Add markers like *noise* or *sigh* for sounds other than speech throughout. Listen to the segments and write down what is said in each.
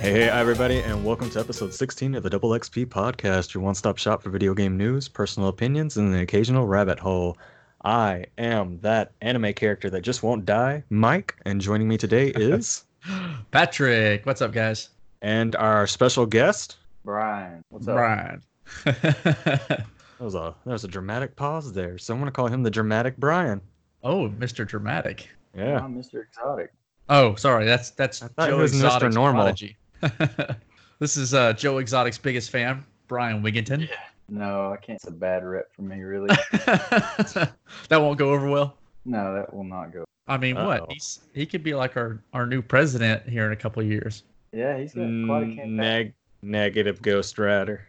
Hi, everybody, and welcome to episode 16 of the Double XP Podcast, your one stop shop for video game news, personal opinions, and an occasional rabbit hole. I am that anime character that just won't die, Mike, and joining me *laughs* today is. *gasps* Patrick, what's up, guys? and our special guest. Brian, what's up? Brian. That was a, that was a dramatic pause there, so I'm going to call him the dramatic Brian. *laughs* oh, Mr. Dramatic. Yeah. I'm Mr. Exotic. Oh, sorry, that's that's I thought it was Mr. Normal. prodigy. *laughs* this is uh, Joe Exotic's biggest fan, Brian Wigginton. No, I can't. It's a bad rep for *laughs* me, really. *laughs* that won't go over well. no, that will not go. I mean, Uh-oh. what? He's, he could be like our, our new president here in a couple of years. *laughs* Yeah, he's got quite a campaign. Mm, Neg- negative Ghost Rider.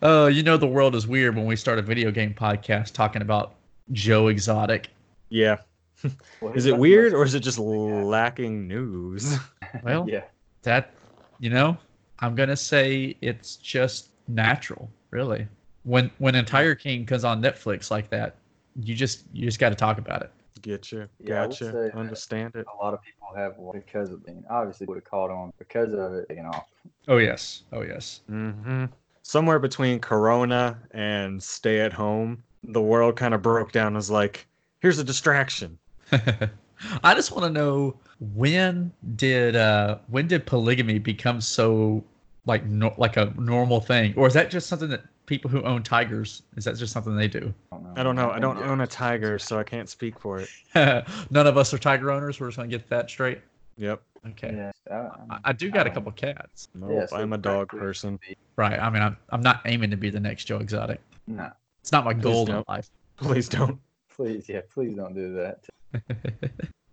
Oh, you know the world is weird when we start a video game podcast talking about Joe Exotic. Yeah. Well, Is he's got it the weird most- or is it just Yeah. lacking news? *laughs* Well, Yeah, that you know i'm gonna say it's just natural really when when entire king comes on netflix like that you just you just got to talk about it Get you. Yeah, I would say Gotcha. that- Understand it. a lot of people have one because of it. And Obviously, would have caught on because of it. You know, oh yes oh yes hmm Somewhere between Corona and stay at home, the world kind of broke down. and Was like, here's a distraction. *laughs* i just want to know when did uh when did polygamy become so like no, like a normal thing or is that just something that people who own tigers is that just something they do *laughs* I don't know. I don't know. I think don't it- own a tiger, so I can't speak for it. none of us are tiger owners we're just gonna get that straight Yep. okay Yeah, I, I, I'm- I do got a Um, couple cats Nope. Yeah, so I'm a dog practically- person. Right. I mean, I'm I'm not aiming to be the next Joe Exotic. no, It's not my goal in don't. life. *laughs* Please don't. please, yeah, please don't do that.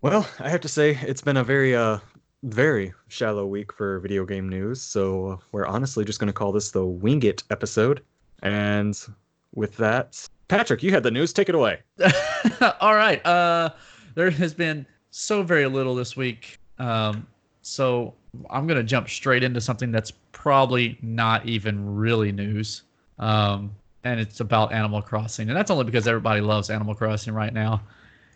Well, I have to say it's been a very uh very shallow week for video game news, so we're honestly just going to call this the Wing It episode. And with that, Patrick, you had the news. Take it away. *laughs* All right. Uh, there has been so very little this week. Um, so I'm gonna jump straight into something that's probably not even really news. Um, and it's about Animal Crossing, and that's only because everybody loves Animal Crossing right now.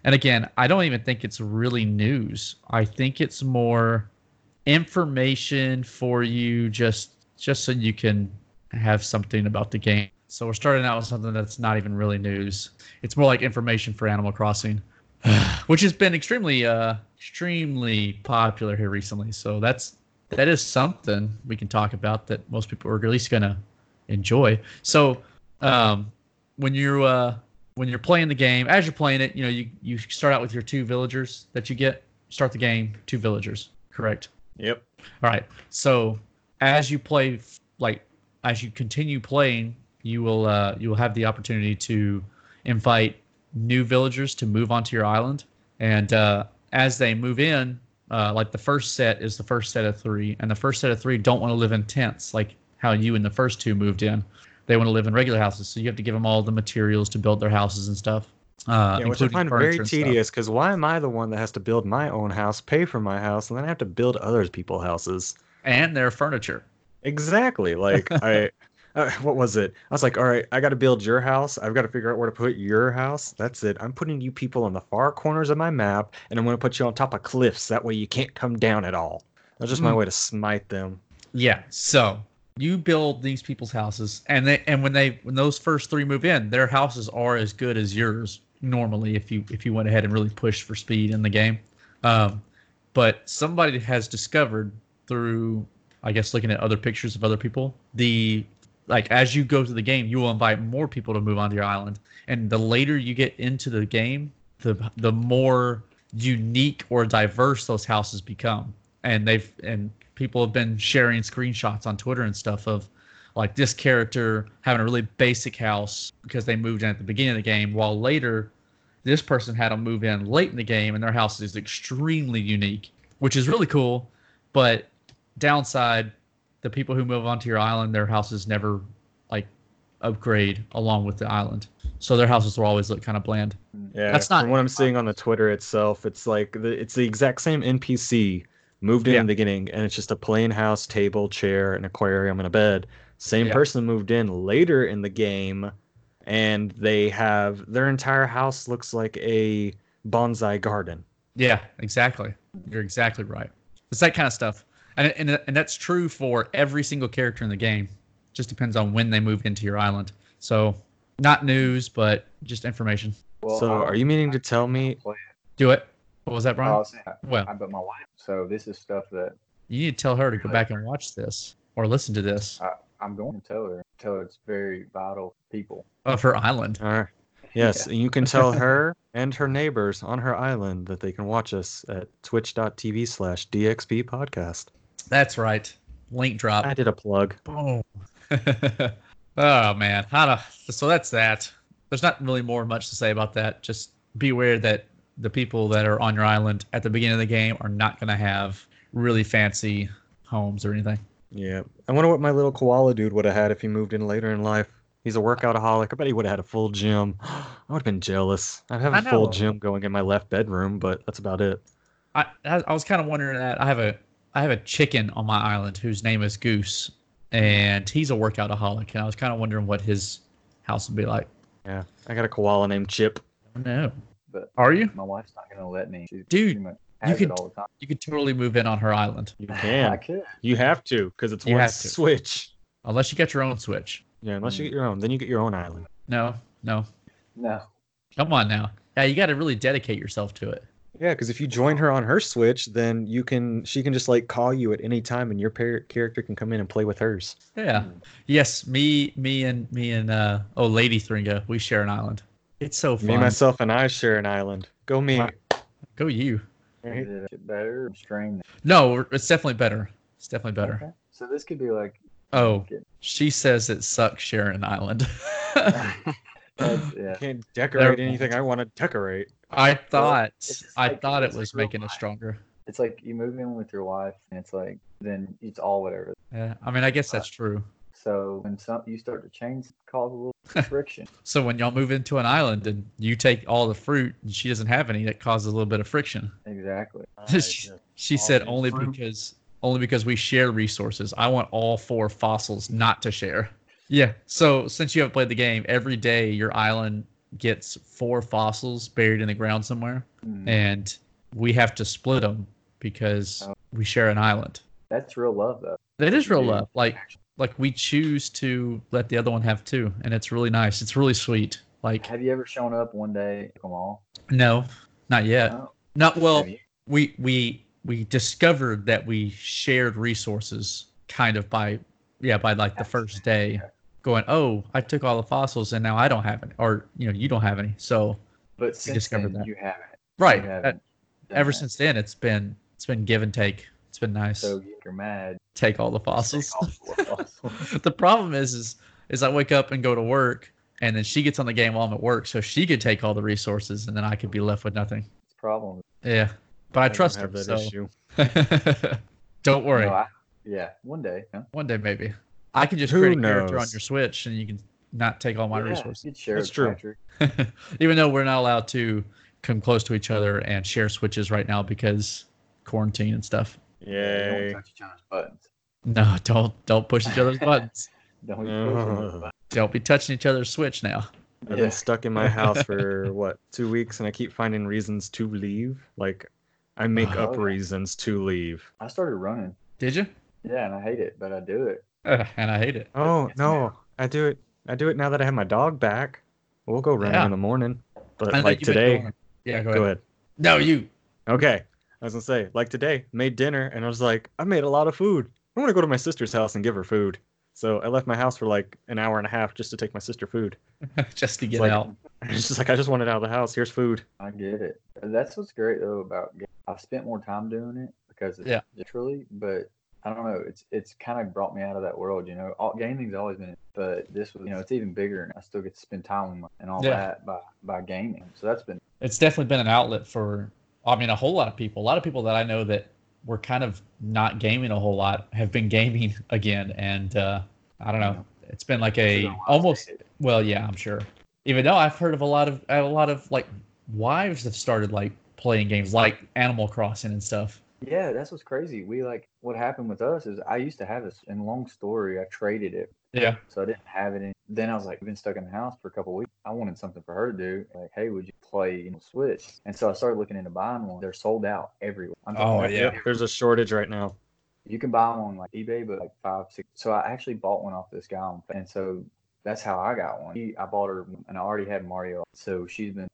And again, I don't even think it's really news. I think it's more information for you just just so you can have something about the game. So we're starting out with something that's not even really news. It's more like information for Animal Crossing, which has been extremely uh extremely popular here recently. So that's that is something we can talk about that most people are at least gonna enjoy. So um when you uh when you're playing the game, as you're playing it, you know, you, you start out with your two villagers that you get. Start the game, two villagers, correct? Yep. All right. So as you play, like as you continue playing, you will uh, you will have the opportunity to invite new villagers to move onto your island, and uh, as they move in, uh, like the first set is the first set of three, and the first set of three don't want to live in tents like how you and the first two moved in. They want to live in regular houses, so you have to give them all the materials to build their houses and stuff. Uh, Yeah, which I including find furniture very and stuff. tedious because why am I the one that has to build my own house, pay for my house, and then I have to build other people's houses? and their furniture. Exactly. *laughs* Like I, uh, what was it? I was like, all right, I got to build your house. I've got to figure out where to put your house. That's it. I'm putting you people on the far corners of my map, and I'm going to put you on top of cliffs. That way you can't come down at all. That's just my Hmm. way to smite them. Yeah. So you build these people's houses, and they and when they when those first three move in, their houses are as good as yours normally if you if you went ahead and really pushed for speed in the game. Um, but somebody has discovered through I guess looking at other pictures of other people the like as you go through the game, you will invite more people to move onto your island, and the later you get into the game, the the more unique or diverse those houses become and they've and people have been sharing screenshots on Twitter and stuff of like this character having a really basic house because they moved in at the beginning of the game, while later this person had to move in late in the game and their house is extremely unique, which is really cool. But downside, the people who move onto your island, their houses never like upgrade along with the island. So their houses will always look kind of bland. Yeah, That's not- from what I'm seeing on the Twitter itself. It's like the, it's the exact same NPC moved in Yeah. in the beginning, and it's just a plain house, table, chair, an aquarium, and a bed. Same Yeah. person moved in later in the game, and they have their entire house looks like a bonsai garden. Yeah, exactly. You're exactly right. It's that kind of stuff. and and and that's true for every single character in the game. Just depends on when they moved into your island. So not news, but just information. Well, uh, so, I- are you meaning to tell me? Do it. What was that, I Brian? was saying, well, I bet my wife. So this is stuff that you need to tell her to go back and watch this or listen to this I'm going to tell her. Tell her it's very vital to people. of her island. All right. Yes, and you *laughs* can tell her and her neighbors on her island that they can watch us at twitch.tv slash DXP podcast. That's right. Link drop. I did a plug. Boom. *laughs* oh man, how to, so that's that. There's not really more much to say about that. Just be aware that the people that are on your island at the beginning of the game are not going to have really fancy homes or anything. Yeah. I wonder what my little koala dude would have had if he moved in later in life. He's a workoutaholic. I bet he would have had a full gym. *gasps* I would have been jealous. I'd have I a full know. gym going in my left bedroom, but that's about it. I I, I was kind of wondering that. I have a I have a chicken on my island whose name is Goose, and he's a workoutaholic, and I was kind of wondering what his house would be like. Yeah. I got a koala named Chip. No, But are you? my wife's not going to let me. She's Dude, pretty much has could- it all the time. You could totally move in on her island *sighs* You I can. could. you have to, Hmm. because it's You one have to. switch. unless you get your own Switch. Yeah, unless you get your own. Then you get your own island. No, no, No. Come on now. Yeah, you got to really dedicate yourself to it. Yeah, because if you join her on her Switch, then you can she can just like call you at any time, and your par- character can come in and play with hers. Yeah. Mm. Yes, me, me, and me and uh, oh, Lady Thringa, we share an island. It's so Me, fun. myself, and I share an island. Go me. Wow. Go you. Right. Is it better or strain? No, it's definitely better. It's definitely better. Okay. So this could *laughs* be like. Oh, Good. she says it sucks sharing an *laughs* island. *laughs* That's, yeah. Can't decorate There- anything I want to decorate. I thought just I like- thought it it's was like real making us life. stronger. It's like you move in with your wife, and it's like then it's all whatever. Yeah, I mean, I guess that's true. So when some you start to change, it causes a *laughs* little friction. So when y'all move into an island and you take all the fruit and she doesn't have any, that causes a little bit of friction. Exactly. *laughs* she she said only because only because we share resources. I want all four fossils not to share. Yeah. So since you haven't played the game, every day your island gets four fossils buried in the ground somewhere, Mm. and we have to split them because Oh. we share an island. That's real love, though. That is real Yeah. love. Like like we choose to let the other one have two, and it's really nice. It's really sweet. Like Have you ever shown up one day? Come on. no, not yet. Oh. Not well. Have you? we we we discovered that we shared resources kind of by yeah by like the first day going oh i took all the fossils and now i don't have any or you know you don't have any so But since discovered then, that. you haven't. right You that- haven't done ever that. since then it's been it's been give and take it's been nice So you're mad. oh, take all the fossils Take all the *laughs* *laughs* fossils. the problem is is is i wake up and go to work and then she gets on the game while i'm at work so she could take all the resources and then i could be left with nothing It's *laughs* a problem. yeah but i, don't trust her have that so issue. *laughs* don't worry No, I- yeah, one day. Huh? One day, maybe. I can just Who create a character on knows? your Switch, and you can not take all my Yeah, resources. *laughs* Good share That's it, true. Patrick. Even though we're not allowed to come close to each other and share Switches right now because quarantine and stuff. Yeah, Don't Yay! touch each other's buttons. No, *laughs* don't don't push each other's buttons. Don't No. push each other's buttons. Don't be touching each other's Switch now. I've Yeah. been stuck *laughs* in my house for what two weeks, and I keep finding reasons to leave. Like, I make Oh, up yeah. reasons to leave. I started running. Did you? Yeah, and I hate it, but I do it. Ugh, and I hate it. Oh Yes, no, ma'am. I do it. I do it now that I have my dog back. We'll go running Yeah. in the morning, I but know like you've been today. doing- Yeah, go ahead. Go ahead. No, you. *laughs* Okay, I was gonna say like today, made dinner, and I was like, I made a lot of food. I want to go to my sister's house and give her food. So I left my house for like an hour and a half just to take my sister food. *laughs* just to get like- out. It's just like I just wanted out of the house. Here's food. I get it. That's what's great though about. ga- I've spent more time doing it because it's Yeah. literally, but I don't know. It's it's kind of brought me out of that world, you know. All, gaming's always been, but this was, you know, it's even bigger, and I still get to spend time with my, and all Yeah. that by by gaming. So that's been it's definitely been an outlet for i mean a whole lot of people a lot of people that i know that were kind of not gaming a whole lot have been *laughs* gaming again and uh, i don't know it's been like it's a been while almost since I did it. well yeah i'm sure even though i've heard of a lot of a lot of like wives have started like playing games like animal crossing and stuff Yeah, that's what's crazy. We like what happened with us is I used to have this, and long story, I traded it yeah So I didn't have it. In, then I was like, we've been stuck in the house for a couple weeks. I wanted something for her to do. Like, hey, would you play you know, Switch? And so I started looking into buying one. They're sold out everywhere. I'm talking Oh, about yeah. There's a shortage right now. You can buy them on like eBay, but like five, six. So I actually bought one off this guy, on, and so that's how I got one. He, I bought her, and I already had Mario, so she's been.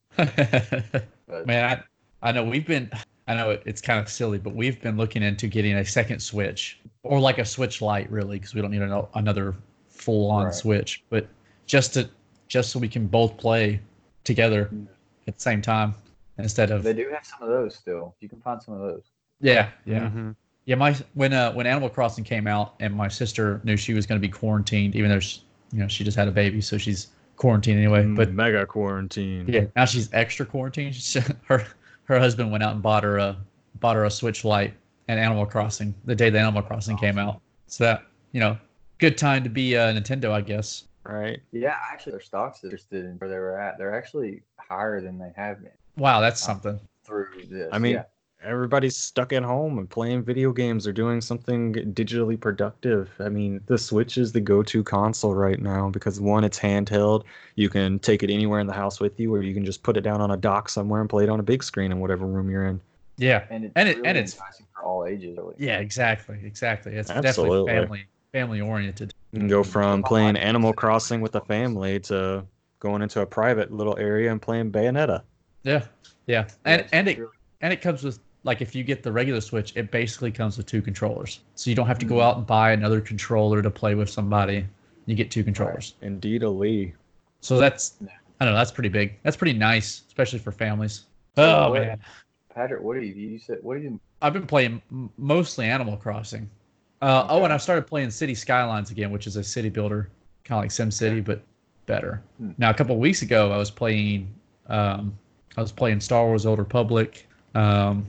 But Man, I, I know we've been. I know it, it's kind of silly, but we've been looking into getting a second Switch or like a Switch Lite, really, because we don't need an, another full-on Right. Switch, but just to just so we can both play together Mm. at the same time instead of they do have some of those still. You can find some of those. yeah yeah Mm-hmm. yeah. My when uh when Animal Crossing came out and my sister knew she was going to be quarantined, even though she, you know she just had a baby, so she's quarantined anyway. Mm-hmm. Mm, But mega quarantine. Yeah, now she's extra quarantined. She- her her husband went out and bought her a bought her a Switch Lite and Animal Crossing the day the Animal Crossing came out. So that you know, good time to be uh, Nintendo, I guess. Right. Yeah, actually, their stocks are interested in where they were at. They're actually higher than they have been Wow, that's something. through this. I mean, yeah. Everybody's stuck at home and playing video games or doing something digitally productive. I mean, the Switch is the go-to console right now because one, it's handheld. You can take it anywhere in the house with you, or you can just put it down on a dock somewhere and play it on a big screen in whatever room you're in. Yeah, and it's and it- really and it's- enticing for all ages. Really. yeah, exactly, exactly. It's Absolutely. definitely family family oriented. You can go from Well, playing I- Animal Crossing with a family to going into a private little area and playing Bayonetta. Yeah, yeah, Yeah, and it's and it really- and it comes with like if you get the regular Switch, it basically comes with two controllers, so you don't have to go out and buy another controller to play with somebody. You get two controllers. Indeed, Ali. So that's Yeah. I don't know. That's pretty big. That's pretty nice, especially for families. So Oh what- man, Patrick, what do you you said? What do you? I've been playing m- mostly Animal Crossing. Uh, Oh, and I started playing City Skylines again, which is a city builder, kind of like Sim City, but better. Hmm. Now, a couple of weeks ago, I was playing, um, I was playing Star Wars: Old Republic, um,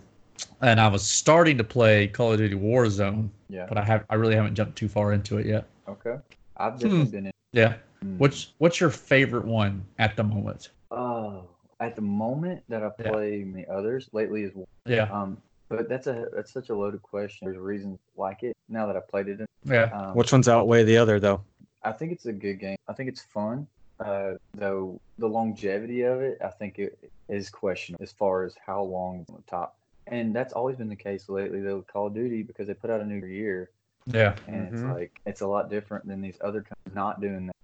and I was starting to play Call of Duty Warzone, Yeah. but I have I really haven't jumped too far into it yet. Okay. I've definitely been in. Yeah. Hmm. What's What's your favorite one at the moment? Oh, at the moment that I Yeah. play many others lately is Yeah. um, but that's a that's such a loaded question. There's reasons like it now that I played it. Yeah. Um, Which one's outweigh the other, though? I think it's a good game. I think it's fun. Uh, though the longevity of it, I think it is questionable as far as how long it's on the top. And that's always been the case lately, though, with Call of Duty, because they put out a new year, Yeah. and it's Mm-hmm. Mhm. like it's a lot different than these other companies not doing that.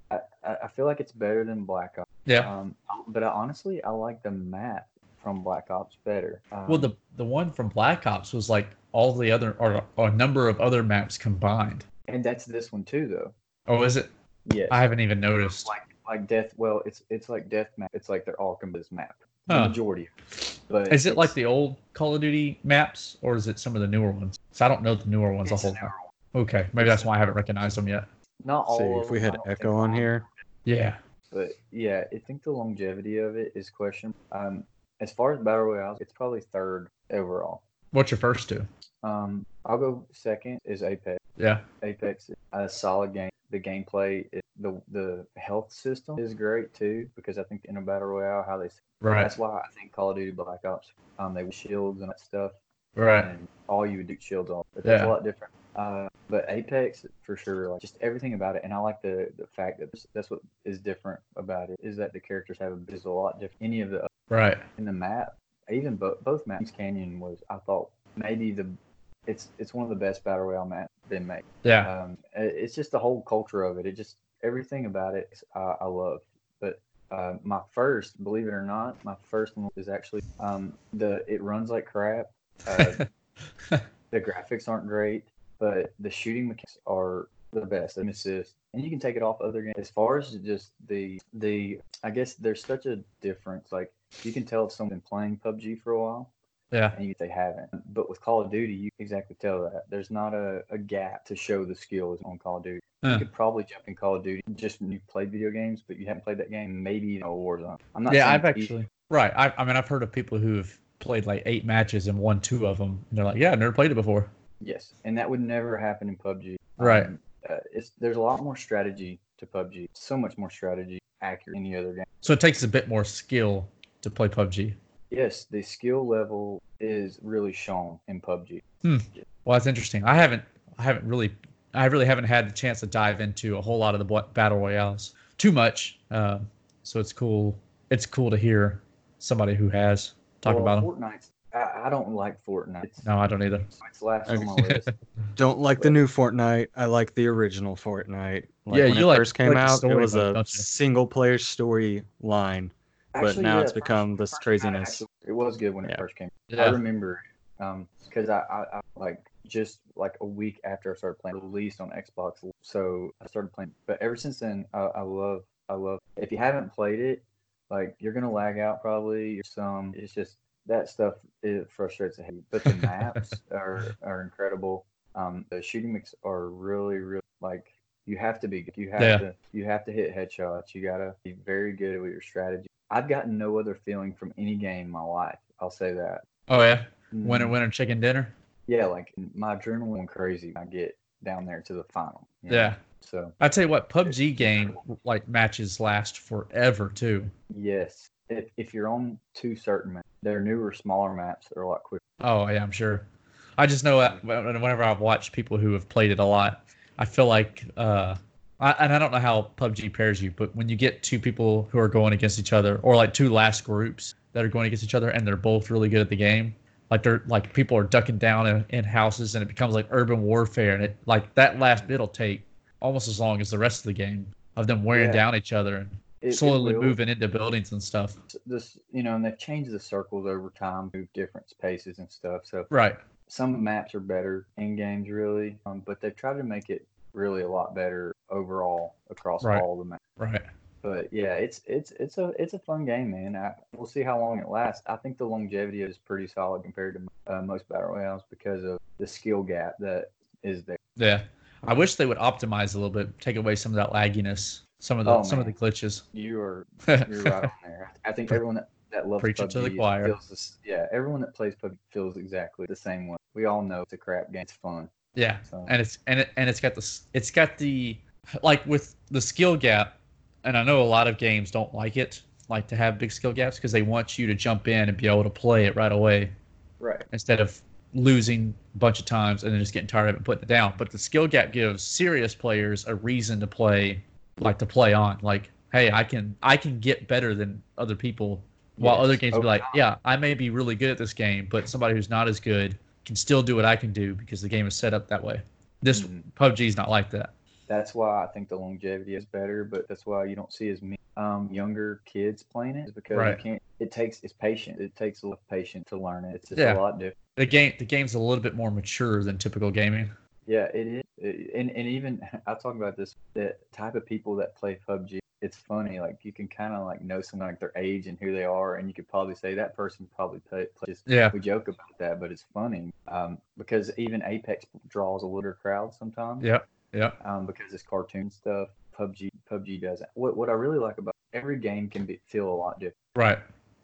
I, I- I feel like it's better than Black Ops. Yeah. Um, but I, honestly, I like the map from Black Ops better. Um, Well, the the one from Black Ops was like all the other or, or a number of other maps combined. and that's this one too, though. Oh, is it? Yes. I haven't even noticed. like like death. Well, it's it's like death map. It's like they're all combined as map. Huh. The majority. But Is it like it's- the old Call of Duty maps, or is it some of the newer ones? So I don't know the newer ones a it's whole an lot. hour. Okay, maybe that's why I haven't recognized them yet. Not all. See of if we them, had I don't think Echo on all, here. Yeah. But yeah, I think the longevity of it is questionable. Um, as far as battle royales, it's probably third overall. What's your first two? Um, I'll go second is Apex. Yeah. Apex is a solid game. The gameplay, is, the the health system is great too because I think in a battle royale, how they Right. that's why I think Call of Duty Black Ops, um, they were shields and that stuff. Right. and all you would do shields on. But that's Yeah. a lot different. Uh, but Apex for sure, like just everything about it, and I like the the fact that this- that's what is different about it is that the characters have a, is a lot different. Any of the Right. in the map, even bo- both maps, Canyon was I thought maybe the it's it's one of the best battle royale maps been made. Yeah. Um, i- it's just the whole culture of it. It just everything about it uh, I love. But uh, my first, believe it or not, my first one is actually um, the it runs like crap. Uh, the graphics aren't great, but the shooting mechanics are the best. And assist, and you can take it off other games. As far as just the the, I guess there's such a difference. Like you can tell if someone's been playing PUBG for a while, Yeah. and you, they haven't. But with Call of Duty, you can exactly tell that there's not a, a gap to show the skills on Call of Duty. Huh. You could probably jump in Call of Duty just when you played video games, but you haven't played that game. Maybe you know Warzone. I'm not. Yeah. I've saying it's easy. actually. Right. I, I mean, I've heard of people who've played like eight matches and won two of them, and they're like, "Yeah, I've never played it before." Yes, and that would never happen in PUBG. Right. Um, uh, it's there's a lot more strategy to PUBG. So much more strategy, accurate than any other game. So it takes a bit more skill to play PUBG. Yes, the skill level is really shown in PUBG. Well, that's interesting. I haven't, I haven't really, I really haven't had the chance to dive into a whole lot of the bla- battle royales too much. Uh, so it's cool. It's cool to hear somebody who has talk Well, about them. Fortnite's I, I don't like Fortnite. It's, No, I don't either. it's last on my *laughs* list. Don't like the new Fortnite. I like the original Fortnite. Like, Yeah, when you it like- first came like the out, it story was mode, a don't you? single player story line, but Actually, now yeah, it's first- become this first time it craziness. actually- It was good when it Yeah. first came. I Yeah. remember because I, I, I like just like a week after I started playing, released on Xbox, so I started playing. But ever since then, I, I love, I love. If you haven't played it, like you're gonna lag out probably. You're some. It's just that stuff. It frustrates the heck. But the *laughs* maps are are incredible. Um, the shooting mix are really, really like you have to be. You have Yeah. to. You have to hit headshots. You gotta be very good with your strategy. I've gotten no other feeling from any game in my life. I'll say that. Oh yeah. Winner, winner, chicken dinner. Mm, Yeah, like my adrenaline went crazy. when I get down there to the final. you know? Yeah. So I tell you what, PUBG game like matches last forever too. yes, if, if you're on two certain maps, their newer, smaller maps are a lot quicker. Oh yeah, I'm sure. I just know that when- whenever I've watched people who have played it a lot, I feel like, uh, I, and I don't know how PUBG pairs you, but when you get two people who are going against each other, or like two last groups that are going against each other, and they're both really good at the game, like they're like people are ducking down in, in houses, and it becomes like urban warfare, and it like that last bit'll take almost as long as the rest of the game of them wearing Yeah. down each other and It- it slowly will- moving into buildings and stuff. This, you know, and they've changed the circles over time, moved different spaces and stuff. So Right. some maps are better in games, really, um, but they've tried to make it really a lot better overall across Right. all the maps. Right. But yeah, it's it's it's a it's a fun game, man. I, we'll see how long it lasts. I think the longevity is pretty solid compared to uh, most battle royales because of the skill gap that is there. Yeah. I wish they would optimize a little bit, take away some of that lagginess, some of the Oh, some of the man. glitches. You *laughs* are you're right on there. I think everyone that, that loves Preaching PUBG to the choir. feels this. Yeah, everyone that plays PUBG feels exactly the same way. We all know it's a crap game. It's fun. yeah. So And it's and it, and it's got this it's got the like with the skill gap, and I know a lot of games don't like it, like to have big skill gaps because they want you to jump in and be able to play it right away right, instead of losing a bunch of times and then just getting tired of it and putting it down. But the skill gap gives serious players a reason to play, like to play on. Like, hey, I can I can get better than other people. While Yes. Oh. other games be Over like, yeah, I may be really good at this game, but somebody who's not as good can still do what I can do because the game is set up that way. This Mhm. PUBG's not like that. that's why I think the longevity is better. But that's why you don't see as many um, younger kids playing it is because Right. you can't. It takes it's patient. It takes a lot of patience to learn it. It's just Yeah. a lot different. The game the game's a little bit more mature than typical gaming. Yeah, it is. It- And, and even *laughs* I talk about this the type of people that play PUBG. It's funny, like you can kind of like know someone like their age and who they are, and you could probably say that person probably play, play just Yeah. we joke about that, but it's funny um, because even Apex draws a litter crowd sometimes. Yeah. Yeah. Um, because it's cartoon stuff. PUBG PUBG doesn't. What what I really like about every game can be feel a lot different. Right.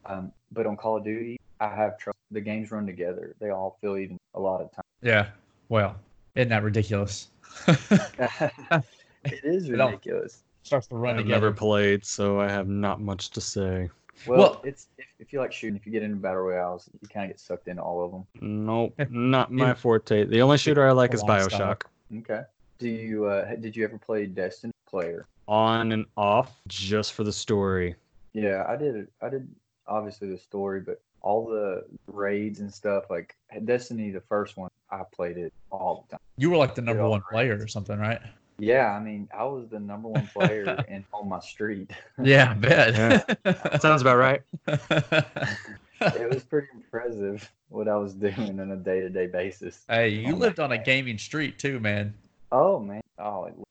Um, but on Call of Duty, I have trust. The games run together. They all feel even a lot of Yeah. Well, isn't that ridiculous? *laughs* time. it is They don't- ridiculous. Starts to run I've never played, so I have not much to say. Well, Well- it's if, if you like shooting, if you get into battle royales, you kind of get sucked into all of them. *laughs* Nope, not my Yeah. forte. The only shooter I like is Lifestyle. Bioshock. Okay. Do you uh, did you ever play Destiny Player? On and off, just for the *laughs* story. Yeah, I did. I did. Obviously, the story, but all the raids and stuff like Destiny, the first one, I played it all the time. You were like the number all one right. player or something, right? Yeah, I mean, I was the number one player in on my street. *laughs* Yeah, I bet. Sounds about right. It was pretty impressive what I was *laughs* doing on a day to day basis. *laughs* hey, you Oh, lived on a man. gaming street too, man. Oh man, oh, it, it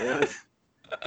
a was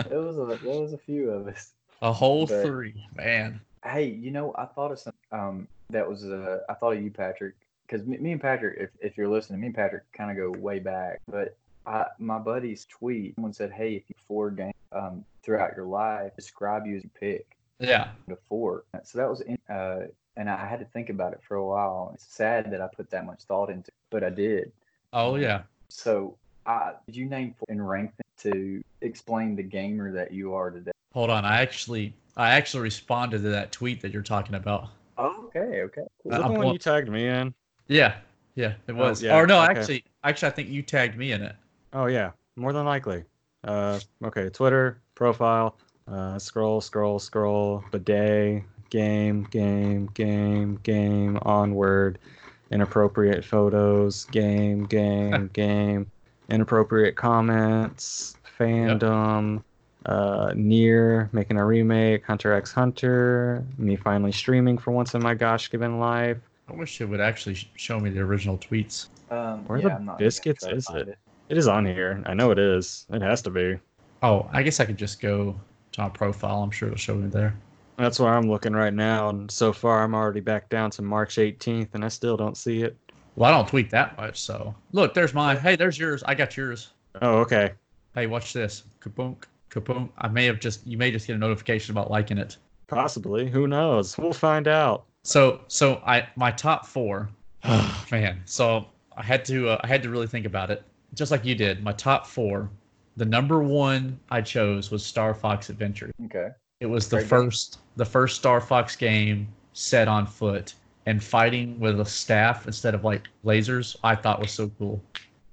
it was a there was a few of us. whole But- three, man. Hey, you know, I thought of some. Um, that was uh, I thought of you, Patrick, because me, me and Patrick, if, if you're listening, me and Patrick kind of go way back. But I, my buddy's tweet, someone said, "Hey, if you four game um throughout your life, describe you as you pick Yeah, the four. So that was in, uh, and I had to think about it for a while. It's sad that I put that much thought into, it, but I did. oh yeah, So, I did you name four and rank them to explain the gamer that you are today? hold on. I actually, I actually responded to that tweet that you're talking about. Oh, okay, okay. Was that I'm the one pull- you tagged me in? Yeah, yeah, it was. Oh, yeah, or no, okay. actually, actually, I think you tagged me in it. Oh yeah, more than likely. Uh, okay, Twitter profile. Uh, scroll, scroll, scroll. Bidet. game, game, game, game, onward. Inappropriate photos, game, game, game, inappropriate comments, fandom, uh, near making a remake, Hunter x Hunter, me finally streaming for once in my gosh given life. I wish it would actually sh- show me the original tweets. Um, Where yeah, the I'm not even gonna biscuits try to is find it? It is on here. I know it is. It has to be. Oh, I guess I could just go top profile. I'm sure it'll show me there. That's where I'm looking right now, and so far I'm already back down to March 18th, and I still don't see it. Well, I don't tweet that much, so look, there's mine. Hey, there's yours. I got yours. Oh, okay. Hey, watch this. Kaboom, kaboom. I may have just you may just get a notification about liking it. Possibly. Who knows? We'll find out. So so I my top four. Man, so I had to uh, I had to really think about it, just like you did. My top four. The number one I chose was Star Fox Adventure. it. Okay. It was the Great game. first the first Star Fox game set on foot and fighting with a staff instead of like lasers, I thought was so cool.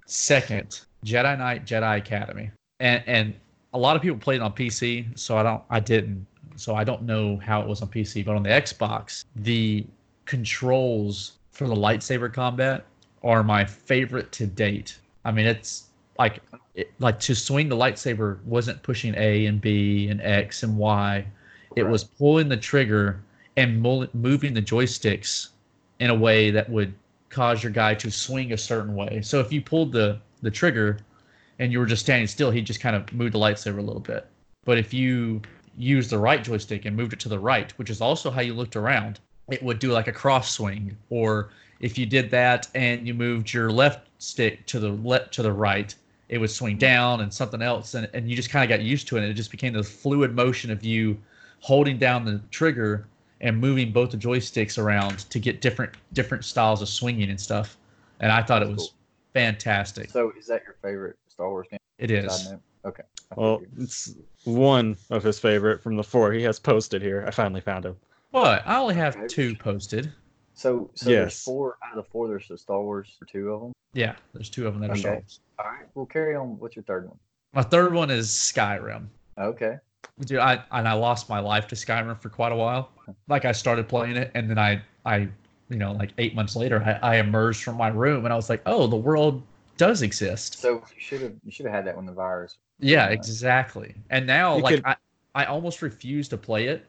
Second, Jedi Knight Jedi Academy. And and a lot of people played it on PC, so I don't I didn't. So I don't know how it was on PC, but on the Xbox, the controls for the lightsaber combat are my favorite to date. I mean, it's like it, like to swing the lightsaber wasn't pushing A and B and X and Y. It Right. was pulling the trigger and mul- moving the joysticks in a way that would cause your guy to swing a certain way. So if you pulled the the trigger and you were just standing still, he just kind of moved the lightsaber a little bit. But if you used the right joystick and moved it to the right, which is also how you looked around, it would do like a cross swing or if you did that and you moved your left stick to the left to the right, it would swing down and something else and, and you just kind of got used to it and it just became this fluid motion of you holding down the trigger and moving both the joysticks around to get different different styles of swinging and stuff and i thought it That's was fantastic So is that your favorite Star Wars game? it Side is note? Okay. I Well, figured. it's one of his favorite from the four he has posted here. I finally found him. but i only have Okay. two posted so so yes. there's four out of the four. There's the Star Wars, two of them. yeah there's two of them that are Okay. solved All right, we'll carry on. What's your third one? my third one is skyrim Okay. dude i and i lost my life to skyrim for quite a while like i started playing it and then i i you know like eight months later i, I emerged from my room and i was like oh the world does exist So you should have you should have had that when the virus. yeah Yeah. exactly and now You like could- i i almost refuse to play it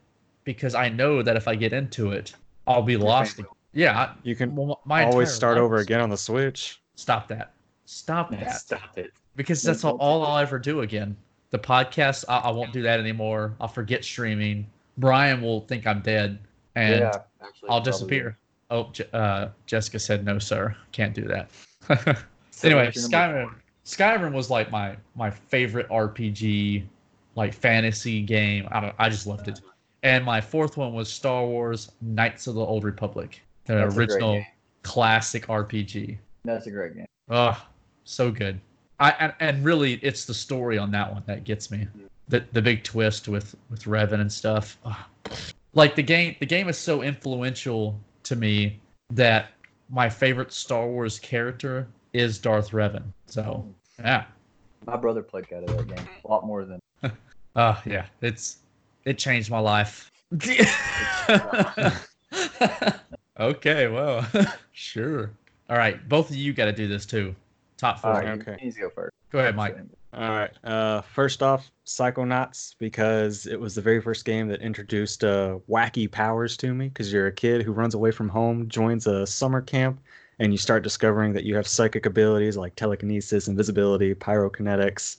because i know that if i get into it i'll be lost family yeah You I, can well, my always entire start life over is- again on the Switch. stop that stop that Stop it. because No, that's all, don't do all that. I'll ever do again. The podcast, I, I won't do that anymore. I'll forget streaming. Brian will think I'm dead, and yeah, actually, I'll probably. disappear. Oh, Je- uh, Jessica said no, sir, can't do that. *laughs* So anyway, what's your number Skyrim. Skyrim was like my my favorite RPG, like fantasy game. I don't, I just loved it. And my fourth one was Star Wars: Knights of the Old Republic, the That's a great original game. classic RPG. That's a great game. Oh, so good. I and, and really, it's the story on that one that gets me. The the big twist with with Revan and stuff. Ah. Like the game, the game is so influential to me that my favorite Star Wars character is Darth Revan. So yeah, My brother played out of that game a lot more than. uh, yeah, it's it changed my life. *laughs* okay, well, *laughs* sure. All right, both of you got to do this too. Top four. All right, Okay. okay. He's go first. Go ahead, Mike. All right. Uh, first off, Psychonauts, because it was the very first game that introduced uh, wacky powers to me. Because you're a kid who runs away from home, joins a summer camp, and you start discovering that you have psychic abilities like telekinesis, invisibility, pyrokinetics,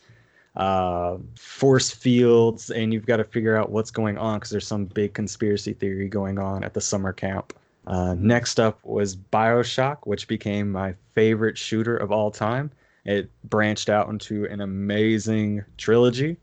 uh, force fields, and you've got to figure out what's going on because there's some big conspiracy theory going on at the summer camp. Uh, next up was Bioshock, which became my favorite shooter of all time it branched out into an amazing trilogy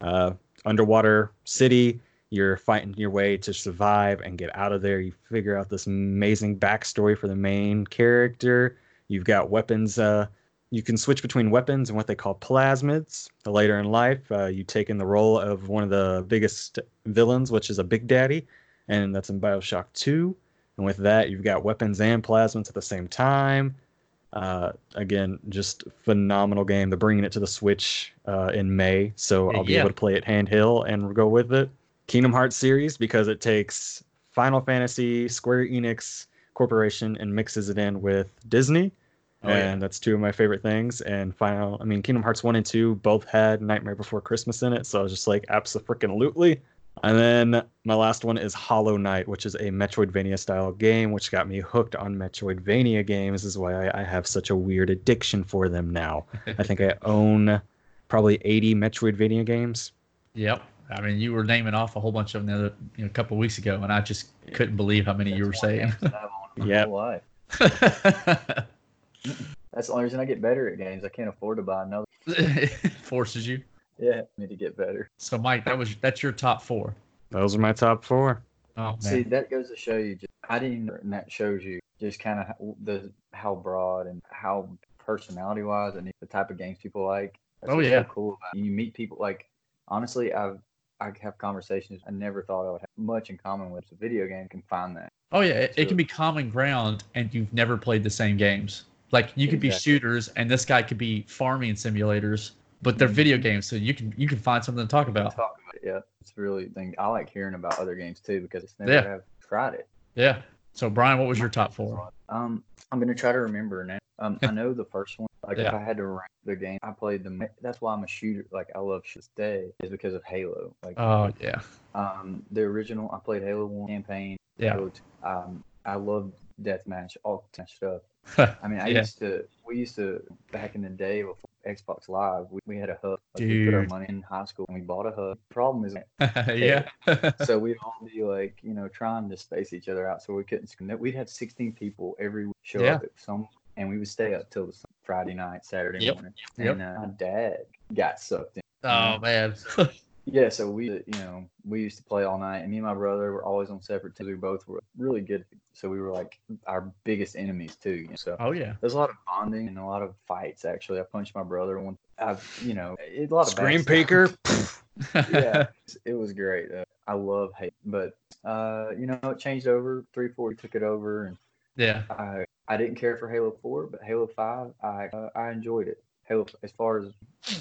uh, underwater city you're fighting your way to survive and get out of there you figure out this amazing backstory for the main character you've got weapons uh, you can switch between weapons and what they call plasmids later in life uh, you take in the role of one of the biggest villains which is a big daddy and that's in bioshock 2 and with that you've got weapons and plasmids at the same time uh, again, just phenomenal game. They're bringing it to the Switch uh, in May, so I'll be Yeah. able to play it handheld and go with it. Kingdom Hearts series because it takes Final Fantasy, Square Enix Corporation, and mixes it in with Disney. Oh, yeah. and that's two of my favorite things. And Final, I mean, Kingdom Hearts 1 and 2 both had Nightmare Before Christmas in it. So I was just like, absolutely. And then my last one is Hollow Knight, which is a Metroidvania style game, which got me hooked on Metroidvania games. Is why I, I have such a weird addiction for them now. *laughs* I think I own probably 80 Metroidvania games. Yep. I mean, you were naming off a whole bunch of them the other, you know, a couple of weeks ago, and I just couldn't believe how many you were That's one saying. game *laughs* that I've owned my Mm-hmm. Yep. whole life. That's the only reason I get better at games. I can't afford to buy another. *laughs* Forces you. Yeah, I need to get better. So, Mike, that was that's your top four. Those are my top four. Oh man. See, that goes to show you. Just, I didn't, and that shows you just kind of the how broad and how personality wise and the type of games people like. That's Oh, what's yeah. so cool. About it. You meet people like honestly, I've I have conversations I never thought I would have much in common with. So video game can find that. oh yeah, it, it Sure. can be common ground, and you've never played the same games. Like you could be Exactly. shooters, and this guy could be farming simulators, but they're Mhm. video games, so you can you can find something to talk about. Talk about it. Yeah, it's really thing. I like hearing about other games too because it's never Yeah. have tried it. Yeah. So, Brian, what was your top *laughs* four? Um, I'm gonna try to remember now. Um, I know the first one. Like if Yeah. I had to rank the game, I played them. That's why I'm a shooter. Like I love Shooters Day is because of Halo. Like Oh yeah, *laughs* um, the original, I played Halo One campaign. yeah. Halo 2. Um, I love deathmatch, all that stuff. I mean, *laughs* I Yeah. used to. We used to back in the day before Xbox Live. We, we had a hub. Like, we put our Dude. money in high school and we bought a hub. Problem is, yeah. so we'd all be like, you know, trying to space each other out so we couldn't. sc- We'd have 16 people every week show up at some, and we would stay up till the sun- Friday night, Saturday Yep. morning. Yep. And uh, my dad got sucked in. Oh man. *laughs* Yeah, so we, uh, you know, we used to play all night, and me and my brother were always on separate teams. We both were really good, so we were like our biggest enemies too. You know? So oh yeah. there's a lot of bonding and a lot of fights. Actually, I punched my brother one. I've, you know, it, a lot of bad Screen stuff *laughs* Peaker. yeah, it was great. Uh, I love hate, but uh, you know, it changed over. Three four took it over, and *laughs* yeah. I I didn't care for Halo Four, but Halo Five, I uh, I enjoyed it. Halo, as far as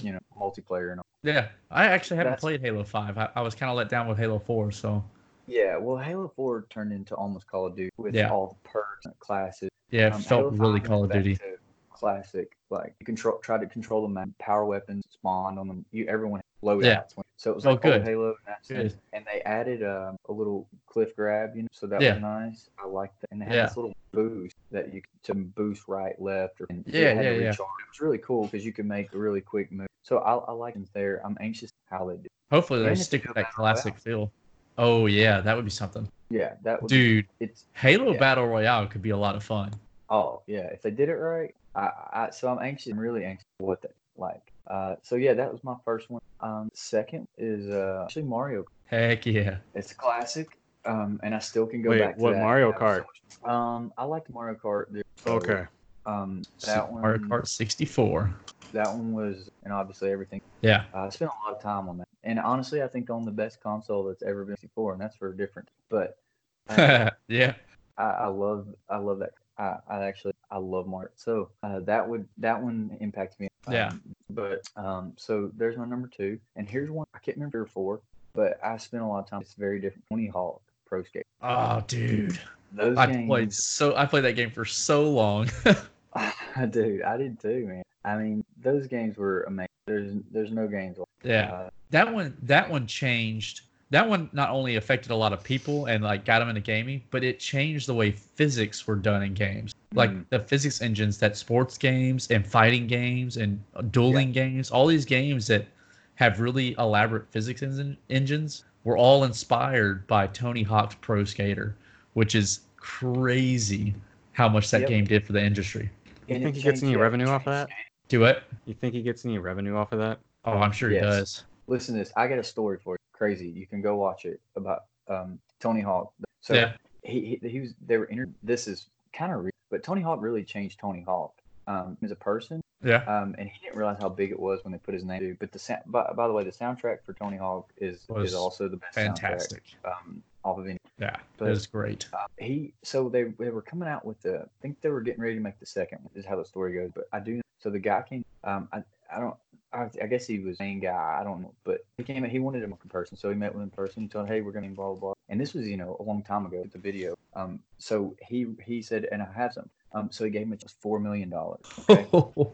you know, multiplayer and all. Yeah, I actually haven't That's- played Halo Five. I, I was kind of let down with Halo Four, so Yeah, well, Halo Four turned into almost Call of Duty with Yeah. all the perks and classes. yeah, it Um, felt Halo really 5 Call of went back Duty. to Classic, like you control, try to control the map, power weapons spawned on them. You everyone had loadouts. Yeah. when- So it was Oh, like good. old Halo, and, that's it. Good. and they added um, a little cliff grab, you know. So that Yeah. was nice. I liked that, and they had Yeah. this little boost that you could to boost right, left, or and it Yeah, had to yeah, yeah. recharge. It was really cool because you could make a really quick move. So I, I like them there. I'm anxious how they do. Hopefully And they if you stick go with that Battle Royale. classic feel. Oh yeah, that would be something, Yeah, that would dude. it's Halo Yeah. Battle Royale could be a lot of fun. Oh yeah, if they did it right, I, I so I'm anxious. I'm really anxious for what they like. Uh, so yeah, that was my first one. Um, second is uh, actually Mario. Kart. Heck yeah, It's a classic, um, and I still can go Wait, back. to what that. Mario That Kart? was so much- um, I liked Mario Kart. there. So, Okay. Um, that Super one. Mario Kart 64. That one was, and obviously everything. Yeah, Uh, I spent a lot of time on that, and honestly, I think on the best console that's ever been before, and that's for a different. But *laughs* uh, yeah, I, I love I love that. I, I actually I love Mark. So uh, that would that one impacted me. Um, Yeah. But um, so there's my number two, and here's one I can't remember four, but I spent a lot of time. It's very different. Tony Hawk Pro Skate. oh dude, Those I games, played so I played that game for so long. *laughs* dude, *laughs* I did too, man. I mean, those games were amazing. There's there's no games like yeah, uh, that one that one changed that one not only affected a lot of people and like got them into gaming but it changed the way physics were done in games like Mhm. the physics engines that sports games and fighting games and dueling games all these games that have really elaborate physics en- engines were all inspired by tony hawk's pro skater which is crazy how much that Yep. game did for the industry You and think it he gets changed- any yeah, it revenue off of changed that? do it You think he gets any revenue off of that? oh i'm sure Yes. he does listen to this. I got a story for you. Crazy. You can go watch it about um, Tony Hawk. So Yeah. he, he he was they were inter- this is kind of real, but Tony Hawk really changed Tony Hawk um, as a person. yeah Um, and he didn't realize how big it was when they put his name. to it. But the sa- by, by the way, the soundtrack for Tony Hawk is Was is also the best fantastic soundtrack um, off of any. yeah But- it was great Uh, he so they they were coming out with the I think they were getting ready to make the second one is how the story goes. But I do so the guy came. Um, I I don't. I, I guess he was main guy. I don't know, but he came. He wanted him in person, so he met with him in person. He told, him, "Hey, we're going to blah blah blah." And this was, you know, a long time ago. The video. Um, so he he said, and I have some. Um, so he gave him just four million dollars. Okay?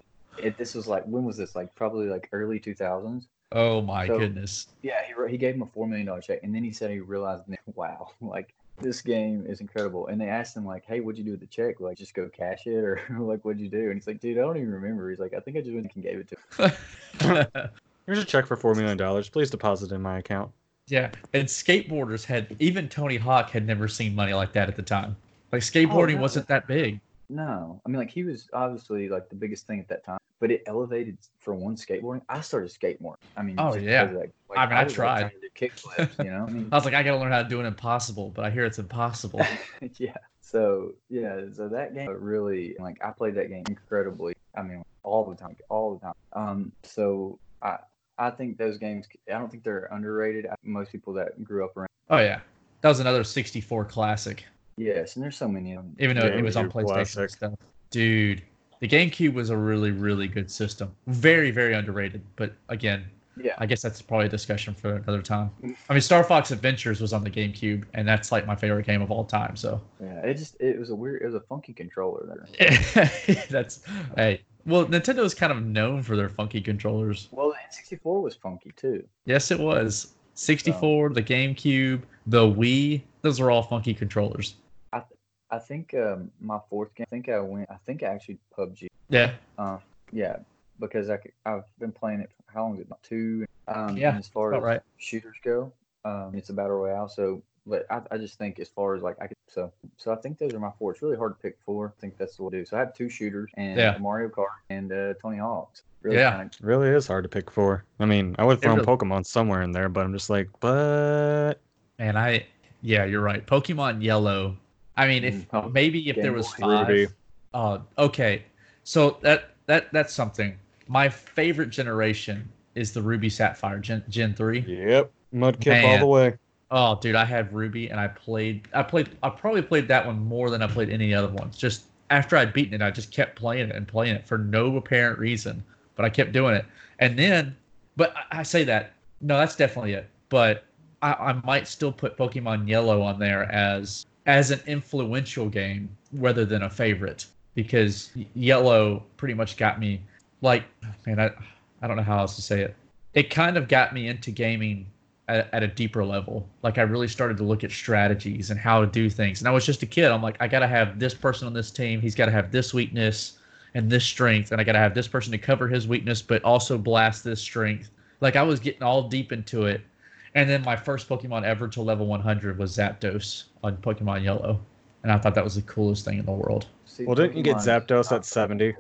*laughs* it, this was like when was this? Like probably like early two thousands. oh my So- goodness. *laughs* Yeah, he wrote, he gave him a four million dollar check, and then he said he realized, *laughs* wow, like this game is incredible. And they asked him like, hey, what'd you do with the check? Like, just go cash it, or *laughs* like, what'd you do? And he's like, dude, I don't even remember. He's like, I think I just went and gave it to. Him. Here's a check for four million dollars. Please deposit in my account. yeah, and skateboarders had even Tony Hawk had never seen money like that at the time. Like skateboarding no. wasn't that big. No, I mean like he was obviously like the biggest thing at that time, but it elevated for one skateboarding. I started skateboarding. I mean, Oh, just yeah. because of that. I mean, I was, tried. trying to do kickflips, you know. I mean, I was like, I gotta learn how to do an impossible, but I hear it's impossible. *laughs* yeah. So yeah, so that game uh, really like I played that game incredibly. I mean, all the time, all the time. Um, so I I think those games. I don't think they're underrated. I, most people that grew up around. oh yeah, that was another '64 classic. Yes, and there's so many of them. Even though it was on GameCube PlayStation classic. and stuff, dude. The GameCube was a really, really good system. Very, very underrated. But again, Yeah. I guess that's probably a discussion for another time. I mean, Star Fox Adventures was on the GameCube, and that's like my favorite game of all time. So Yeah. It just it was a weird. It was a funky controller there. *laughs* that's hey. Well, Nintendo's kind of known for their funky controllers. Well, the N64 was funky too. Yes, it was. 64, the GameCube, the Wii. Those were all funky controllers. I think um, my fourth game. I think I went. I think I actually PUBG. Yeah. Yeah, because I could, I've been playing it. For, how long is it? About two. Um, Yeah, and As far About as right. shooters go. Um, it's a battle royale, so but I, I just think as far as like I could so so I think those are my four. It's really hard to pick four. I think that's what I do. So I have two shooters and Yeah. Mario Kart and uh, Tony Hawk's. Really Yeah. kinda- Really is hard to pick four. I mean, I would It throw really- Pokemon somewhere in there, but I'm just like, but And I, yeah, you're right. Pokemon Yellow. I mean, if Mm, oh, maybe if there Game was Boy. five. Ruby. Uh, okay, so that that that's something. My favorite generation is the Ruby Sapphire Gen, Gen Three. Yep, Mudkip all Man. the way. Oh, dude, I had Ruby, and I played. I played. I probably played that one more than I played any other ones. Just after I'd beaten it, I just kept playing it and playing it for no apparent reason, but I kept doing it. And then, but I, I say that no, that's definitely it. But I, I might still put Pokemon Yellow on there as as an influential game rather than a favorite because Y- Yellow pretty much got me like man, I I don't know how else to say it. It kind of got me into gaming at, at a deeper level. Like I really started to look at strategies and how to do things. And I was just a kid. I'm like, I gotta have this person on this team. He's gotta have this weakness and this strength, and I gotta have this person to cover his weakness, but also blast this strength. Like I was getting all deep into it. And then my first Pokemon ever to level 100 was Zapdos on Pokemon Yellow, and I thought that was the coolest thing in the world. see, Well, didn't you get Pokemon's Zapdos not- *laughs* at 70?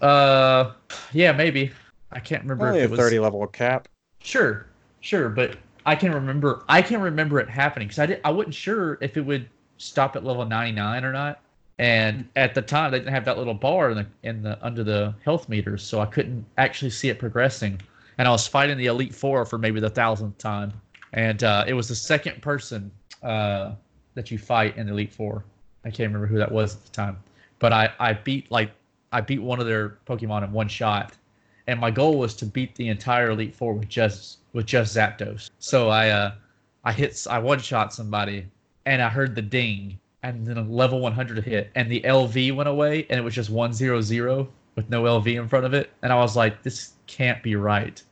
Uh, yeah, maybe. I can't remember Only if a it was 30 level cap. Sure, sure, but I can remember I can remember it happening because I did I wasn't sure if it would stop at level ninety nine or not. And at the time, they didn't have that little bar in the in the under the health meters, so I couldn't actually see it progressing. And I was fighting the elite four for maybe the thousandth time, and uh, it was the second person uh, that you fight in the elite four. I can't remember who that was at the time, but I I beat like I beat one of their Pokemon in one shot, and my goal was to beat the entire Elite Four with just with just Zapdos. So I uh, I hit s- I one shot somebody, and I heard the ding, and then a level 100 hit, and the LV went away, and it was just 100 with no LV in front of it, and I was like, this can't be right.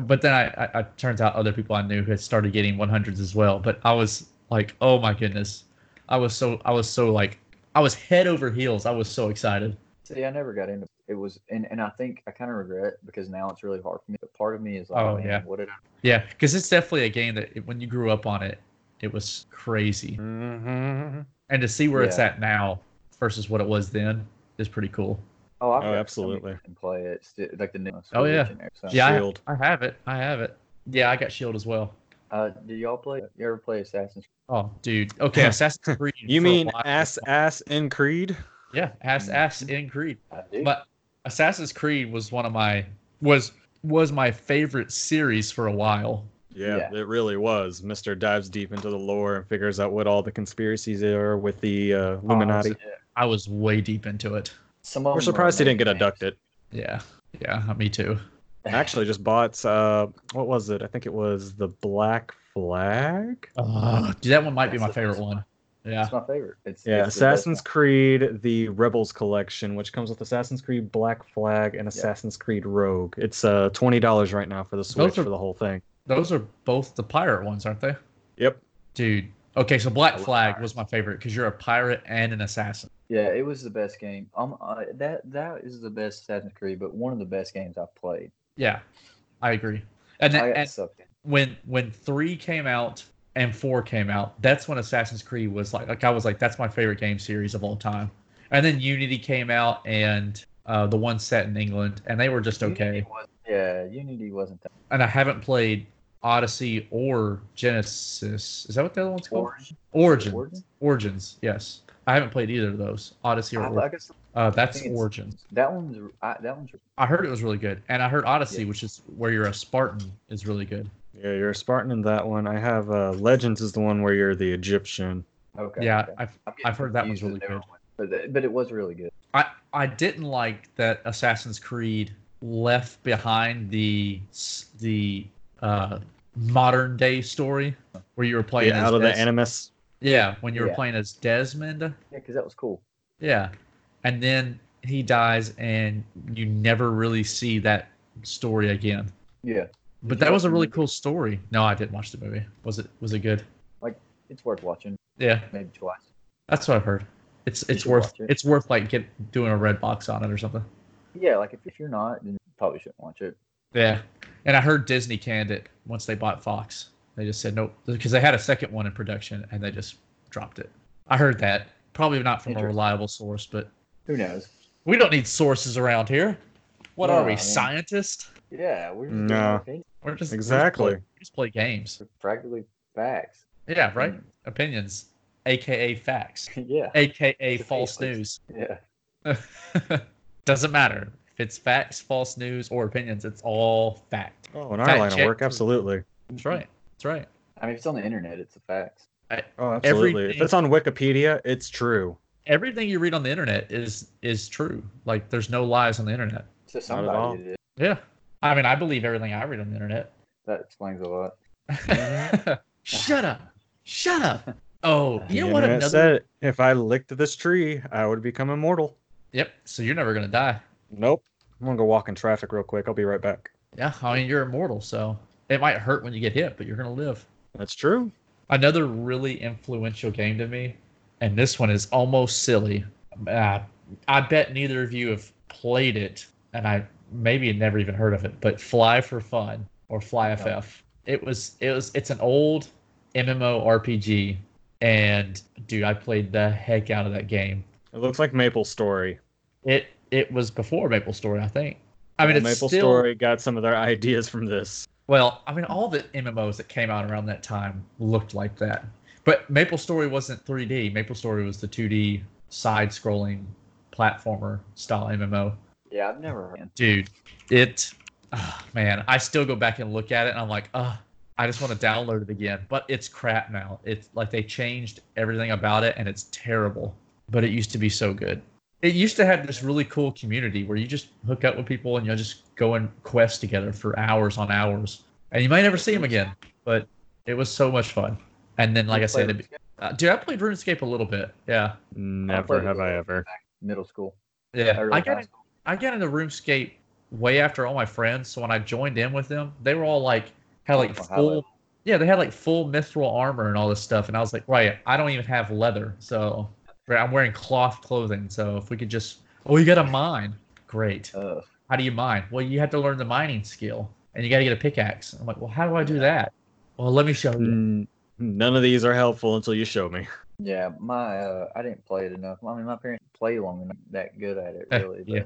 But then I, I, I turns out other people I knew had started getting 100s as well. But I was like, oh my goodness, I was so I was so like I was head over heels. I was so excited. See, I never got into it. Was and, and I think I kind of regret it because now it's really hard for me. But part of me is like, Oh, man, yeah. what did I? Yeah, because it's definitely a game that it, when you grew up on it, it was crazy. Mm-hmm. And to see where it's Yeah. at now versus what it was then is pretty cool. Oh, I've Oh, got so many absolutely. that can play it. sti- Like the new Oh, yeah. Switch and there, so. Yeah, I- Shield. I have it. I have it. Yeah, I got Shield as well. Uh, do y'all play? You ever play Assassin's? Oh, *laughs* dude. Okay, Assassin's Creed. You for a mean while- ass ass in Creed? Yeah, ass ass in Creed. Creed? I do. But Assassin's Creed was one of my was was my favorite series for a while. Yeah, it really was. Mister dives deep into the lore and figures out what all the conspiracies are with the uh, Illuminati. Yeah. I was way deep into it. Some of We're them are surprised he didn't get amazing games. abducted. Yeah. Yeah, uh, me too. I actually just bought uh what was it? I think it was the Black Flag. Uh, dude, that one might be That's my the favorite best one. It's Yeah. my favorite. It's Yeah, it's the best Assassin's Creed the Rebels collection, which comes with Assassin's Creed Black Flag and Assassin's Creed Rogue. It's uh twenty dollars right now for the Switch are- for the whole thing. Those are both the pirate ones, aren't they? Yep. Dude. Okay, so Black I love Flag pirates. was my favorite because you're a pirate and an assassin. Yeah, it was the best game. Um, uh, that that is the best Assassin's Creed, but one of the best games I've played. Yeah, I agree. And, I then, got and sucked in. when when three came out and four came out, that's when Assassin's Creed was like like I was like that's my favorite game series of all time. And then Unity came out and uh, the one set in England, and they were just okay. Unity wasn't- yeah, Unity wasn't that. And I haven't played Odyssey or Genesis. Is that what the other one's called? Origin. Origins. Origin? Origins. Yes, I haven't played either of those. Odyssey or I, Origins. I guess Uh, I that's think it's- Origins. that one's I, that one's I heard it was really good, and I heard Odyssey, Yeah. which is where you're a Spartan, is really good. Yeah, you're a Spartan in that one. I have uh Legends is the one where you're the Egyptian. okay. yeah, okay. I've, I'm getting I've heard that one's confused with really the good. newer one, but th- but it was really good. I I didn't like that Assassin's Creed left behind the the uh, modern day story where you were playing Yeah, as out of the Des- Animus. yeah when you were Yeah. playing as Desmond Yeah, because that was cool. yeah and then he dies and you never really see that story again Yeah, but you that watch was a the really movie? cool story no I didn't watch the movie was it was it good it's worth watching yeah maybe twice. that's what I've heard it's You it's should worth watch it. it's worth like get doing a red box on it or something Yeah, like if, if you're not, then you probably shouldn't watch it. Yeah, and I heard Disney canned it once they bought Fox. They just said nope because they had a second one in production and they just dropped it. I heard that probably not from a Interesting. reliable source, but Who knows? we don't need sources around here. What are Yeah, we, I mean- scientists? Yeah, we're just No. doing We're just we just play- Exactly. we just play games. opinions, practically facts. *laughs* Yeah, right. Hmm. Opinions, aka *laughs* facts, yeah, aka It's a false news. faceless. yeah. *laughs* Doesn't matter if it's facts, false news, or opinions. It's all fact. Oh, in our Fact line of check. work, absolutely. That's right. That's right. I mean, if it's on the internet, it's a fact. Oh, absolutely. If Everything- it's on Wikipedia, it's true. everything you read on the internet is is true. Like there's no lies on the internet. So all. somebody did it. Yeah. I mean, I believe everything I read on the internet. *laughs* That explains a lot. Shut up. Shut up. Oh, you Mm-hmm. know The what internet another said it. if I licked this tree, I would become immortal. Yep. So you're never gonna die. Nope. I'm gonna go walk in traffic real quick. I'll be right back. Yeah. I mean you're immortal, so it might hurt when you get hit, but you're gonna live. That's true. Another really influential game to me, and this one is almost silly. Uh, I bet neither of you have played it, and I maybe never even heard of it. But Fly for Fun or Fly No. FF. It was it was it's an old MMO RPG, and dude, I played the heck out of that game. It looks like Maple Story. It it was before Maple Story, I think. I mean, it's Maple still, Story got some of their ideas from this. Well, I mean, all the MMOs that came out around that time looked like that. But Maple Story wasn't 3D. Maple Story was the 2D side-scrolling platformer style MMO. Yeah, I've never heard. Dude, it, ah, man, I still go back and look at it, and I'm like, ah, I just want to download it again. But it's crap now. It's like they changed everything about it, and it's terrible. But it used to be so good. It used to have this really cool community where you just hook up with people and you will just go and quest together for hours on hours, and you might never see them again. But it was so much fun. And then, like I said, it, uh, dude, I played RuneScape a little bit. Yeah, Never have I ever. middle school. yeah. early I got high in- school. I got into RuneScape way after all my friends. So when I joined in with them, they were all like had like Oh, high full level. yeah they had like full mithril armor and all this stuff, and I was like, right, I don't even have leather, so right, I'm wearing cloth clothing. So if we could just oh, you got to mine, great. Uh, How do you mine? Well, you have to learn the mining skill, and you got to get a pickaxe. I'm like, well, how do I do that? Well, let me show you. N- None of these are helpful until you show me. yeah, my uh, I didn't play it enough. I mean, my parents didn't play long enough that good at it, Eh, really. but yeah.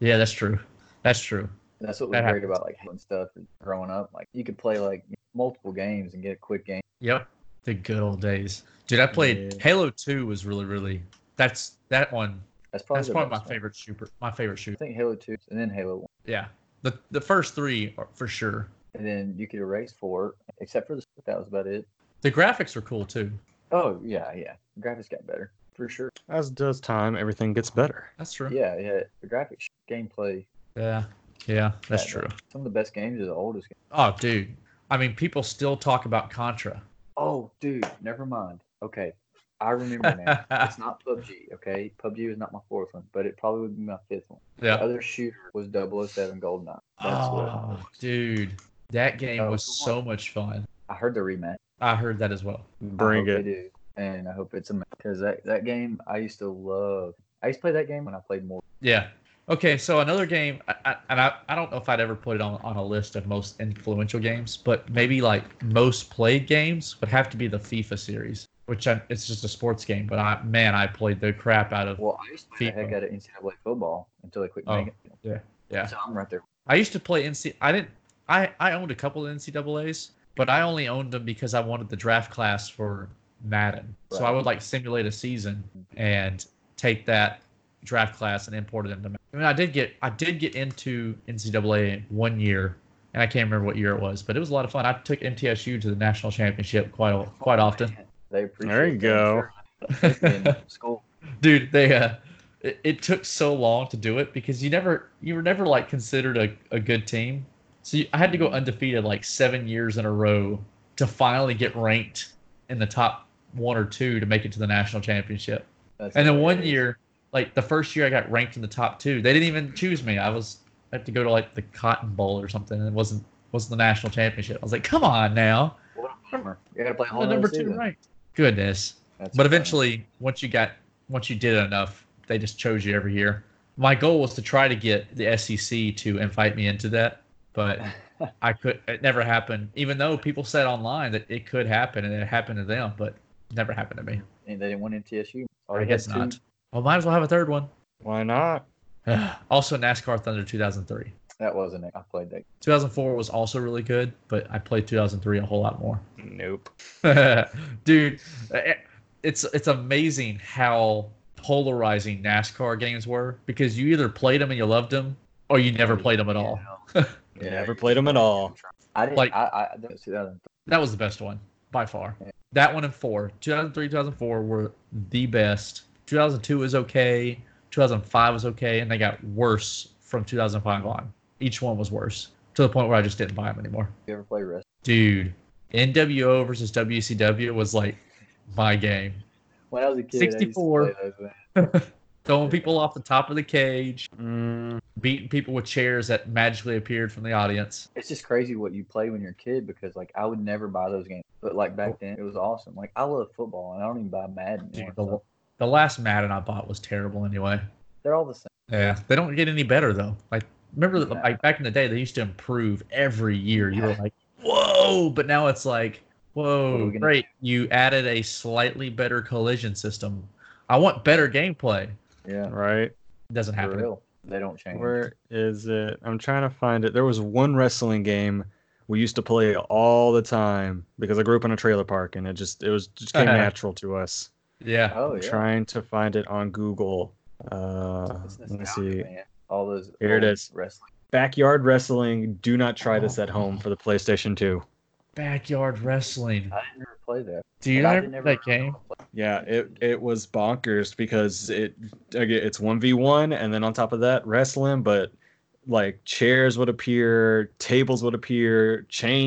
Yeah, that's true. That's true. That's what was That great happens. about like and stuff and growing up. Like you could play like multiple games and get a quick game. Yep. The good old days. Dude, I played Yeah. Halo 2 was really, really that's that one That's probably That's the probably my best one. favorite shooter. My favorite I shooter. think Halo Two and then Halo One, Yeah, the the first three are for sure. and then you could erase four, except for the that was about it. The graphics are cool too. Oh yeah, yeah. graphics got better for sure. As does time, everything gets better. That's true. Yeah, yeah. The graphics, gameplay. Yeah. Yeah, that's Yeah, true. Some of the best games are the oldest games. Oh, dude. I mean, people still talk about Contra. Oh, dude, never mind. Okay, I remember *laughs* now. it's not PUBG. Okay, PUBG is not my fourth one, but it probably would be my fifth one. The Yeah. other shooter was 007 Goldeneye. That's what it Oh, was. dude. That game That was was the so much fun. I heard the rematch. I heard that as well. Bring I hope it. They do. And I hope it's a because that, that game I used to love. I used to play that game when I played more. Yeah. Okay, so another game, I, I, and I, I don't know if I'd ever put it on, on a list of most influential games, but maybe like most played games would have to be the FIFA series, which I, it's just a sports game, but I man, I played the crap out of. Well, I used to play the FIFA. heck out of NCAA football until they quit Oh, making it. yeah, yeah. So I'm right there. I used to play NC. I didn't. I I owned a couple of NCAA's, but I only owned them because I wanted the draft class for Madden. So I Right. would like simulate a season and take that draft class and import it into. Madden. I mean, I did get I did get into NCAA one year, and I can't remember what year it was, but it was a lot of fun. I took MTSU to the national championship quite a- quite often. Man, they appreciate There you that, go. sure. *laughs* In school. dude they uh it, it took so long to do it because you never you were never like considered a, a good team so you, i had to Mm-hmm. go undefeated like seven years in a row to finally get ranked in the top one or two to make it to the national championship That's and then one hilarious. year like the first year i got ranked in the top two they didn't even choose me i was i had to go to like the cotton bowl or something and it wasn't wasn't the national championship i was like come on now What a bummer. You got to play a I'm whole the nother number two season. ranked goodness That's but funny. eventually once you got once you did it enough they just chose you every year my goal was to try to get the sec to invite me into that but i could it never happened even though people said online that it could happen and it happened to them but it never happened to me *laughs* and they didn't win or MTSU. i Already had guess two. not well might as well have a third one *sighs* Why not? also nascar thunder 2003 That wasn't it. I played that. 2004 was also really good but i played 2003 a whole lot more Nope. *laughs* dude eh, it's it's amazing how polarizing nascar games were because you either played them and you loved them or you never played them at all Yeah. Never played them at all. I didn't. Like- Like, I, I, that was 2003. that was the best one by far that one and four 2003 2004 were the best 2002 was okay 2005 was okay and they got worse from 2005 on each one was worse to the point where i just didn't buy them anymore You ever play Rust? dude nwo versus wcw was like my game When I was a kid, I 64. used to play those, man. *laughs* throwing people off the top of the cage Mm, beating people with chairs that magically appeared from the audience. it's just crazy what you play when you're a kid because like I would never buy those games, but like Oh. back then it was awesome. Like I love football and I don't even buy Madden. Dude, anymore, the, so the last Madden I bought was terrible anyway. they're all the same. Yeah, they don't get any better though. Like remember, Yeah. like back in the day, they used to improve every year. You were like, whoa, but now it's like, What are whoa, we gonna great, you added a slightly better collision system. I want better gameplay. Yeah, right. It doesn't for happen. real. They don't change. Where is it? I'm trying to find it. There was one wrestling game we used to play all the time because I grew up in a trailer park and it just it was just *laughs* came natural to us. Yeah, oh I'm yeah, trying to find it on Google. Uh, It's let me nostalgia, see. man. All those Here it old is. Wrestling. Backyard wrestling. Do not try Oh. this at home for the PlayStation 2. backyard wrestling. I didn't ever play that. Do you Like, I remember didn't that ever- game? Yeah, it it was bonkers because it again, it's one v one, and then on top of that, wrestling. But like chairs would appear, tables would appear,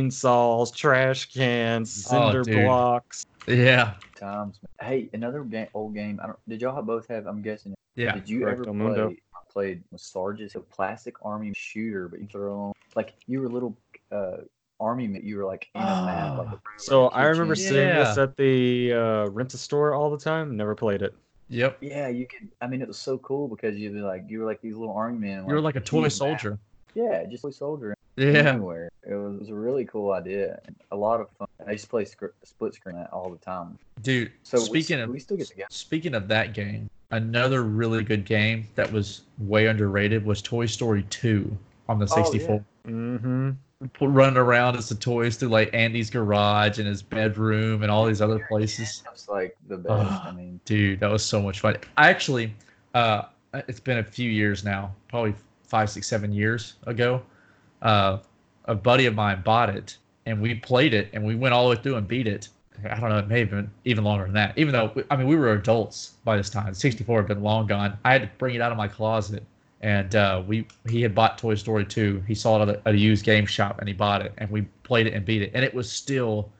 chainsaws, trash cans, Oh, cinder dude. blocks. Yeah, Times. man. Hey, another game, old game. I don't. Did y'all both have? I'm guessing. yeah. Did you correct, ever Elmundo. play? I played with Sarge's a plastic army shooter, but you throw on like you were a little uh, army that you were like in a map. Like, Ah. a- So I remember kitchen. seeing this at the uh, rent a store all the time. Never played it. Yep. Yeah, you could. I mean, it was so cool because you'd be like, you were like these little army men. You were like a toy huge map. soldier. Yeah, just a soldier Yeah. anywhere. It was, it was a really cool idea. and A lot of fun. I used to play sc- split screen that all the time. Dude, So speaking we, of we still get together. speaking of that game, another really good game that was way underrated was Toy Story 2 on the Oh, 64. Mm-hmm. Running around as the toys through like Andy's garage and his bedroom and all these other places. That's like the best. I mean, Dude, that was so much fun. I actually, uh, it's been a few years now, probably five, six, seven years ago. Uh, a buddy of mine bought it, and we played it, and we went all the way through and beat it. I don't know, it may have been even longer than that. Even though, I mean, we were adults by this time. 64 had been long gone. I had to bring it out of my closet and uh, we he had bought Toy Story 2. He saw it at a, at a used game shop and he bought it, and we played it and beat it, and it was still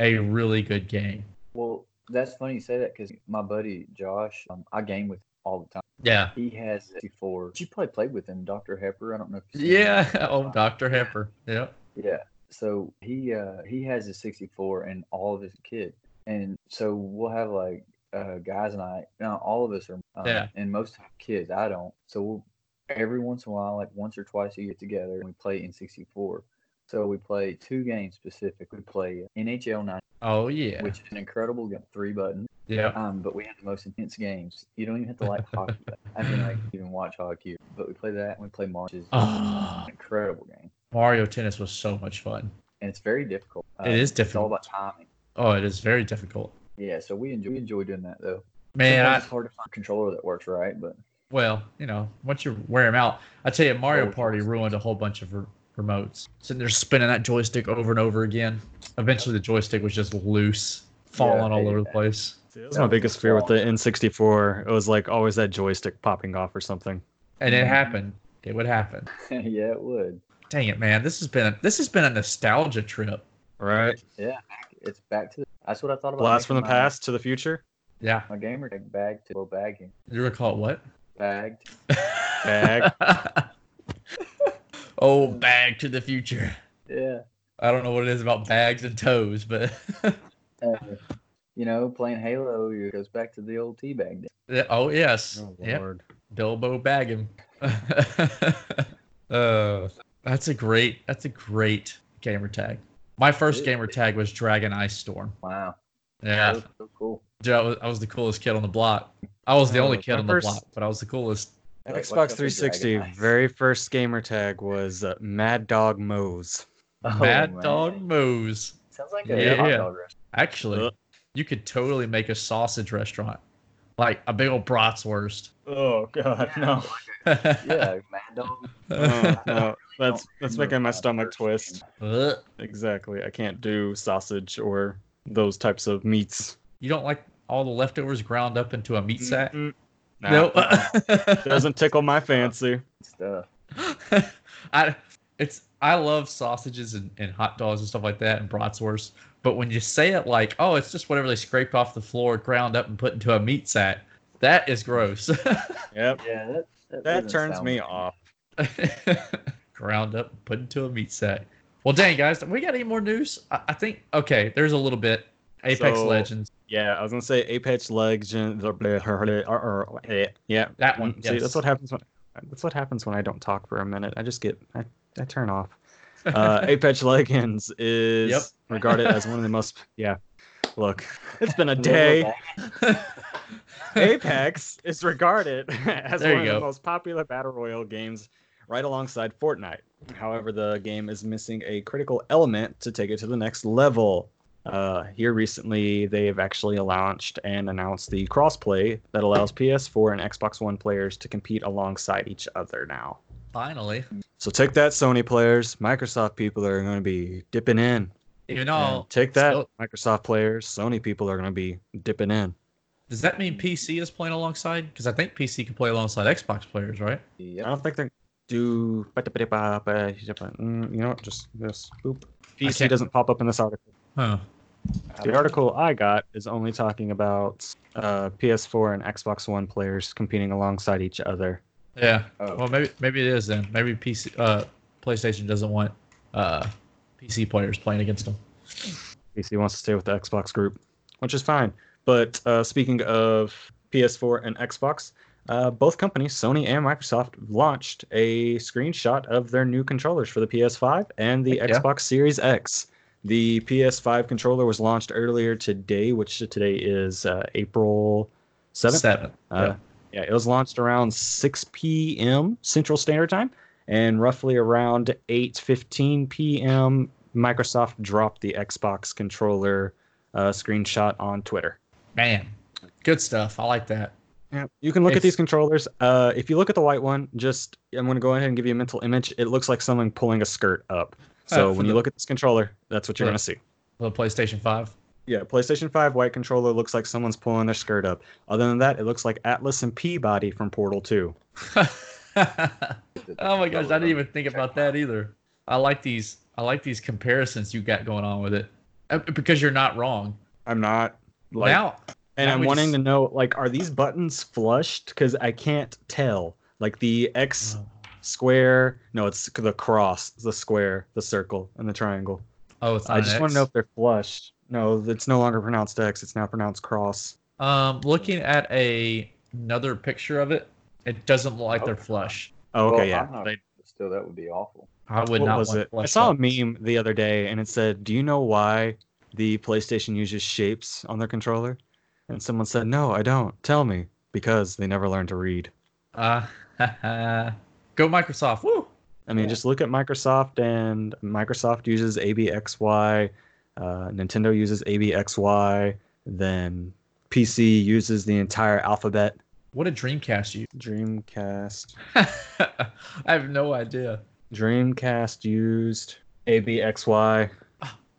a really good game. Well, that's funny you say that because my buddy Josh, um, I game with all the time. Yeah, He has 64. You probably played with him, Dr. Hepper. I don't know if you've seen *laughs* yeah. *laughs* him. Oh, Dr. Hepper. Yep. Yeah. So he uh he has a 64 and all of his kid. And so we'll have like uh guys and I now all of us are um, Yeah. and most kids I don't. So we'll every once in a while like once or twice a year together and we play in 64. So we play two games specific. We play NHL 9, Oh yeah. which is an incredible game, three buttons. yeah. Um, but we have the most intense games. You don't even have *laughs* to like hockey. I mean, like you can watch hockey, but we play that. And we play March, which is Ah. an incredible game Mario Tennis was so much fun. and it's very difficult. Uh, It is It's all difficult. about timing. Oh, it is very difficult. Yeah, so we enjoy, we enjoy doing that though. Man, Sometimes I, it's hard to find a controller that works right, but *laughs* well, you know, once you wear them out, I tell you, Mario Oh, Party joysticks. ruined a whole bunch of re- remotes. Sitting there spinning that joystick over and over again. Eventually, the joystick was just loose, falling I all hated over the that. place. See, that was my biggest fear with the N64. It was like always that joystick popping off or something. And it Mhm. happened. It would happen. yeah, it would. Dang it, man! This has been a, this has been a nostalgia trip. Right? Yeah, back- it's back to the, that's what I thought about. Blast from the making my- past to the future. Yeah, My gamer tag bagged to well, bagging you recall it what? bagged. Bag. *laughs* oh, bag to the future. Yeah, I don't know what it is about bags and toes, but *laughs* uh, you know, playing Halo it goes back to the old teabag. days. oh yes, Oh, yeah, Lord. Bilbo bag him. *laughs* uh, that's a great. That's a great gamer tag. My first It- gamer tag was Dragon Ice Storm. Wow, that Yeah, was so cool. *laughs* Dude, I was, I was the coolest kid on the block. I was the Oh, only kid my on the first- block, but I was the coolest. Like, what's up Xbox with 360, Dragon Eyes? very first gamer tag was uh, Mad Dog Moe's. Oh, Mad man. Dog Moe's. Sounds like a Yeah. hot dog restaurant. Actually, Uh. you could totally make a sausage restaurant, like a big old bratwurst. Oh God, no. *laughs* Yeah, Mad Dog. *laughs* Oh, no. That's that's remember making my my stomach first twist. Ugh. Exactly. I can't do sausage or those types of meats. You don't like all the leftovers ground up into a meat sack? Mm-mm. Nah, uh-uh. No. *laughs* doesn't tickle my *laughs* fancy. Stuff. I it's I love sausages and, and hot dogs and stuff like that and bratwurst. But when you say it like, oh, it's just whatever they scraped off the floor, ground up and put into a meat sack, that is gross. Yep. Yeah, that That that, doesn't turns sound me good. off. *laughs* ground up and put into a meat sack. Well, dang guys, we got any more news? I, I think okay, there's a little bit. Apex So- Legends, Yeah, I was gonna say Apex Legends. blah, blah, blah, blah, or- or- eh, Yeah, that one. See, yes. that's what happens when that's what happens when I don't talk for a minute. I just get I, I turn *laughs* off. Uh, Apex Legends is Yep. regarded as one of the most yeah. *laughs* Look, it's been a Little day. bag. *laughs* Apex is regarded *laughs* as There you one of go. the most popular battle royale games, right alongside Fortnite. However, the game is missing a critical element to take it to the next level. Uh, here recently, they have actually launched and announced the crossplay that allows PS4 and Xbox One players to compete alongside each other now. Finally, So take that, Sony players. Microsoft people are going to be dipping in. And even though take that, still- Microsoft players. Sony people are going to be dipping in. Does that mean PC is playing alongside? Because I think PC can play alongside Xbox players, right? I Yep. don't think they do. Mm, You know, what, just this. Boop. PC can't- doesn't pop up in this article. Huh. Oh, The article I got is only talking about uh, PS4 and Xbox One players competing alongside each other. Yeah. Oh. Well, maybe maybe it is then. Maybe PC, uh, PlayStation doesn't want uh, PC players playing against them. PC wants to stay with the Xbox group, which is fine. But uh, speaking of PS4 and Xbox, uh, both companies, Sony and Microsoft, launched a screenshot of their new controllers for the PS5 and the Heck yeah. Xbox Series X. The PS5 controller was launched earlier today, which today is uh, April 7th. Seven. Uh, yeah, it was launched around 6 p.m. Central Standard Time, and roughly around 8:15 p.m. Microsoft dropped the Xbox controller uh, screenshot on Twitter. Man, good stuff. I like that. Yeah, you can look It's- at these controllers. Uh, if you look at the white one, just I'm going to go ahead and give you a mental image. It looks like someone pulling a skirt up. So Uh, for when you the- look at this controller, that's what you're Yeah. going to see. The PlayStation Five. Yeah, PlayStation 5 white controller looks like *laughs* someone's pulling their skirt up. Other than that, it looks like Atlas and Peabody from Portal 2. oh my gosh, I didn't even think about that either. I like these. I like these comparisons you got going on with it, Uh, because you're not wrong. I'm not like now, And Now I'm we wanting just- to know, like, are these buttons flushed? Because I can't tell. Like the Uh. X square, no, it's the cross, the square, the circle, and the triangle. oh, it's not I an just want X. to know if they're flushed. No, it's no longer pronounced X. It's now pronounced cross. Um, looking at a another picture of it, it doesn't look like they're flush. Oh, okay, Well, yeah. I'm not- They- still, that would be awful. I would what not was want it? I flush saw a buttons. meme the other day, and it said, "Do you know why the PlayStation uses shapes on their controller?" And someone said, "No, I don't. Tell me." Because they never learned to read. Uh, *laughs* go Microsoft. Woo! I mean, Yeah. just look at Microsoft, and Microsoft uses ABXY, uh, Nintendo uses ABXY, then PC uses the entire alphabet. What a Dreamcast you. *laughs* Dreamcast, I have no idea. Dreamcast used ABXY.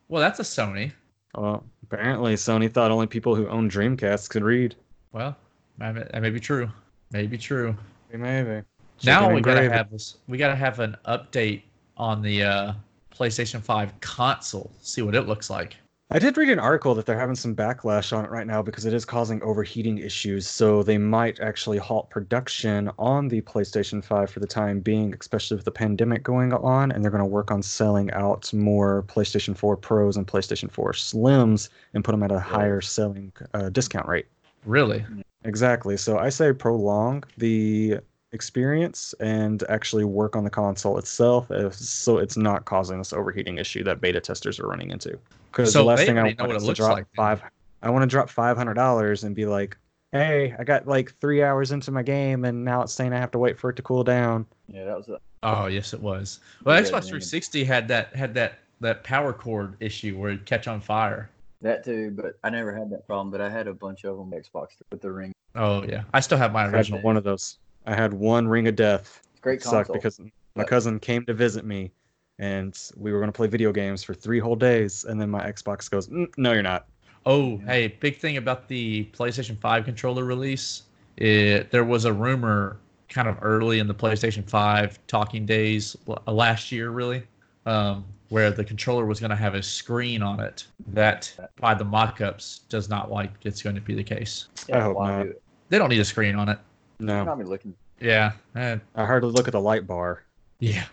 Well, that's a Sony. Well, apparently Sony thought only people who own Dreamcasts could read. Well, that may- that may be true. Maybe true. Maybe. now we gotta have this. We gotta have an update on the uh, PlayStation Five console. See what it looks like. I did read an article that they're having some backlash on it right now because it is causing overheating issues. So they might actually halt production on the PlayStation 5 for the time being, especially with the pandemic going on. And they're going to work on selling out more PlayStation 4 Pros and PlayStation 4 Slims and put them at a higher selling uh, discount rate. Really? Exactly. So I say prolong the experience and actually work on the console itself if, so it's not causing this overheating issue that beta testers are running into. Because So the last they thing I already want know what is it to looks drop like then. five. I want to drop five hundred dollars and be like, "Hey, I got like three hours into my game, and now it's saying I have to wait for it to cool down." Yeah, that was. A, Oh yes, it was. Well, Yeah, Xbox man. 360 had that had that that power cord issue where it'd catch on fire. That too, but I never had that problem. But I had a bunch of them Xbox with the ring. Oh yeah, I still have my I had original. one of those. I had one Ring of Death. It's a great It sucked console. because my But- cousin came to visit me, and we were going to play video games for three whole days, and then my Xbox goes, "Mm, "No, you're not." Oh hey, big thing about the PlayStation 5 controller release. It, there was a rumor kind of early in the PlayStation 5 talking days l- uh, last year, really, um, where the controller was going to have a screen on it. That by the mock-ups does not like it's going to be the case. I hope why not. do it? They don't need a screen on it. No. You're not even looking. Yeah, eh, I hardly look at the light bar. yeah.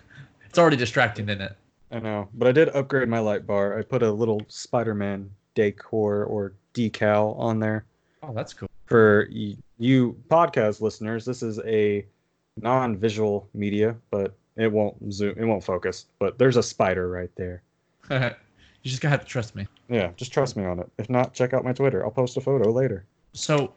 *laughs* it's already distracting, isn't it? I know, but I did upgrade my light bar. I put a little Spider-Man decor or decal on there. Oh, that's cool. *laughs* For y- you podcast listeners, this is a non-visual media, but it won't zoom, it won't focus. But there's a spider right there. you just gotta have to trust me. Yeah, just trust me on it. If not, check out my Twitter. I'll post a photo later. So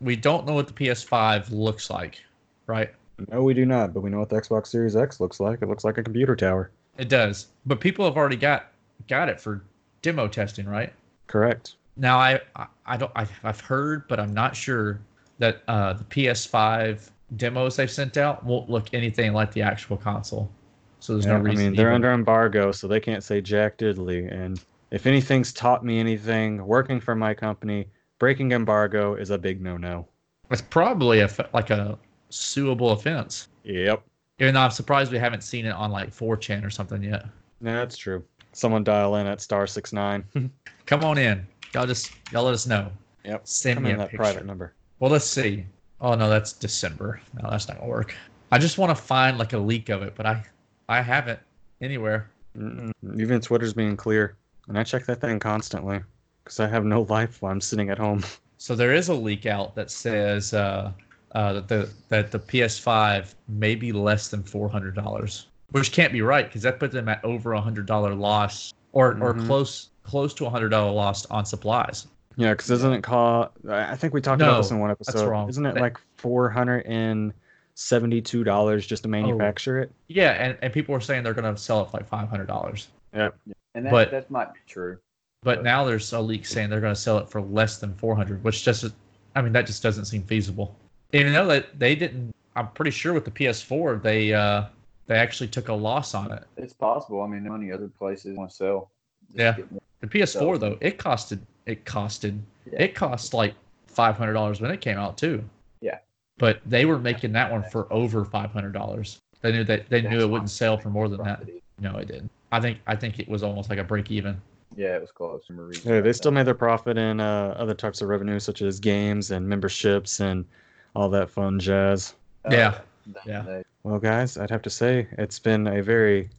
we don't know what the PS5 looks like, right? No, we do not, but we know what the Xbox Series X looks like. It looks like a computer tower. It does, but people have already got got it for demo testing, right? Correct. Now I I, I don't I, I've heard, but I'm not sure that uh, the PS5 demos they've sent out won't look anything like the actual console. So there's Yeah, no reason. I mean, to they're even- under embargo, so they can't say jack diddly. And if anything's taught me anything, working for my company, breaking embargo is a big no-no. It's probably a f- like a suable offense. Yep, Even though I'm surprised we haven't seen it on like 4chan or something yet. no, that's true. Someone dial in at star six nine. Come on in. Y'all just y'all let us know. Yep, Send Come me in a that picture. private number. Well, let's see. Oh no, that's December. No, that's not gonna work. I just want to find like a leak of it, but I I haven't anywhere. Mm-mm. Even Twitter's being clear, and I check that thing constantly because I have no life while I'm sitting at home. *laughs* So there is a leak out that says uh, uh, that the that the PS5 may be less than four hundred dollars, which can't be right because that puts them at over a hundred dollar loss or or Mhm. close close to a hundred dollar loss on supplies. Yeah, because isn't it called? I I think we talked No, about this in one episode. wrong. Isn't it That- like four hundred and seventy-two dollars Oh. just to manufacture it? Yeah, and, and people were saying they're gonna sell it for like five hundred dollars, And that, But- that might be true. but now there's a leak saying they're gonna sell it for less than four hundred, which just is- I mean that just doesn't seem feasible. Even though that they didn't, I'm pretty sure with the PS4 they uh, they actually took a loss on it. It's possible. I mean, there are many other places want to sell. Just Yeah. get more- The PS4 So- though, it costed it costed Oh. Yeah. it cost like five hundred dollars when it came out too. Yeah. but they were making that one for over five hundred dollars. They knew that they knew That's it wouldn't sell for more than that. Profit is- No, it didn't. I think I think it was almost like a break even. Yeah, it was close. I remember reading Yeah, they about still that. made their profit in uh, other types of revenue, such as games and memberships and all that fun jazz. Oh, Yeah. that- Yeah. that- Well, guys, I'd have to say it's been a very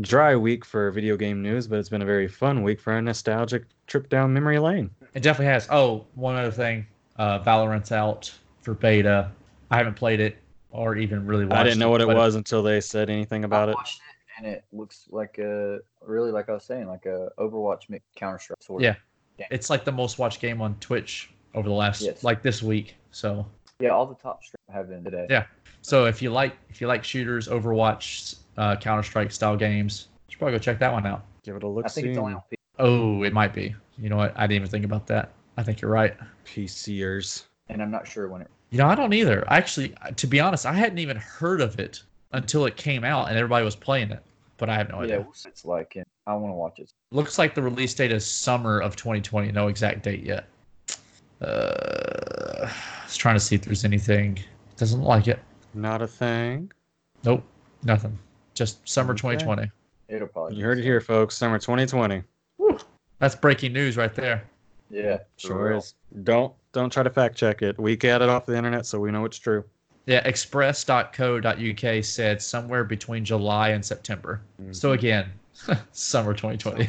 dry week for video game news, but it's been a very fun week for a nostalgic trip down memory lane. It definitely has. Oh, one other thing. Uh, Valorant's out for beta. I haven't played it or even really watched. I didn't know what it but was until they said anything about I it. watched it, and it looks like a really like I was saying, like a Overwatch mix Counter Strike sort Yeah. of. It's like the most watched game on Twitch over the last Yes. like this week. So Yeah, all the top streams have been today. Yeah. so if you like if you like shooters, Overwatch, uh, Counter Strike style games, you should probably go check that one out. Give it a look. I think it's only See, on P- Oh, it might be. You know what? I didn't even think about that. I think you're right. PCers. and I'm not sure when it. You know, I don't either. Actually, to be honest, I hadn't even heard of it until it came out and everybody was playing it. But I have no yeah, idea. we'll see what it's like, and I want to watch it. Looks like the release date is summer of 2020. No exact date yet. Uh, I was trying to see if there's anything. Doesn't look like it. Not a thing. Nope, nothing. Just summer Okay. 2020. It'll probably. You heard it here, folks. Summer 2020. That's breaking news right there. Yeah, for Sure real. is. Don't don't try to fact check it. We got it off the internet, so we know it's true. Yeah, express.co.uk said somewhere between July and September. Mm-hmm. So again, *laughs* summer *laughs* 2020.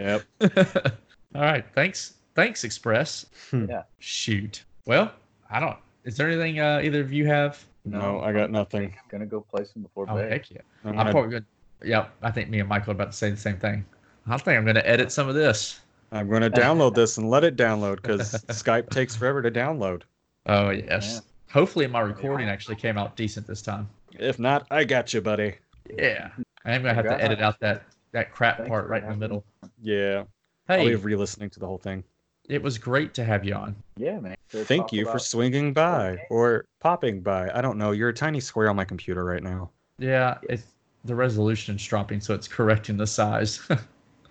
Yep. All right, thanks, thanks, Express. Hmm. Yeah. Shoot. Well, I don't. Is there anything uh, either of you have? No, I got nothing. I'm gonna go play some before Oh bed. heck yeah! I'm I'm gonna- probably gonna. Yeah, I think me and Michael are about to say the same thing. I think I'm gonna edit some of this. I'm going Uh, to *laughs* download this and let it download because Skype takes forever to download. Oh yes. Hopefully, my recording actually came out decent this time. If not, I got you, buddy. Yeah, I am gonna have to Congrats. edit out that that crap Thanks part for right in the having me. middle. Yeah. I'll Hey, be re listening to the whole thing. it was great to have you on. Yeah, man. Sure, Thank talk you for about- swinging by Okay. or popping by. I don't know. You're a tiny square on my computer right now. Yeah, it's the resolution's dropping, so it's correcting the size. *laughs*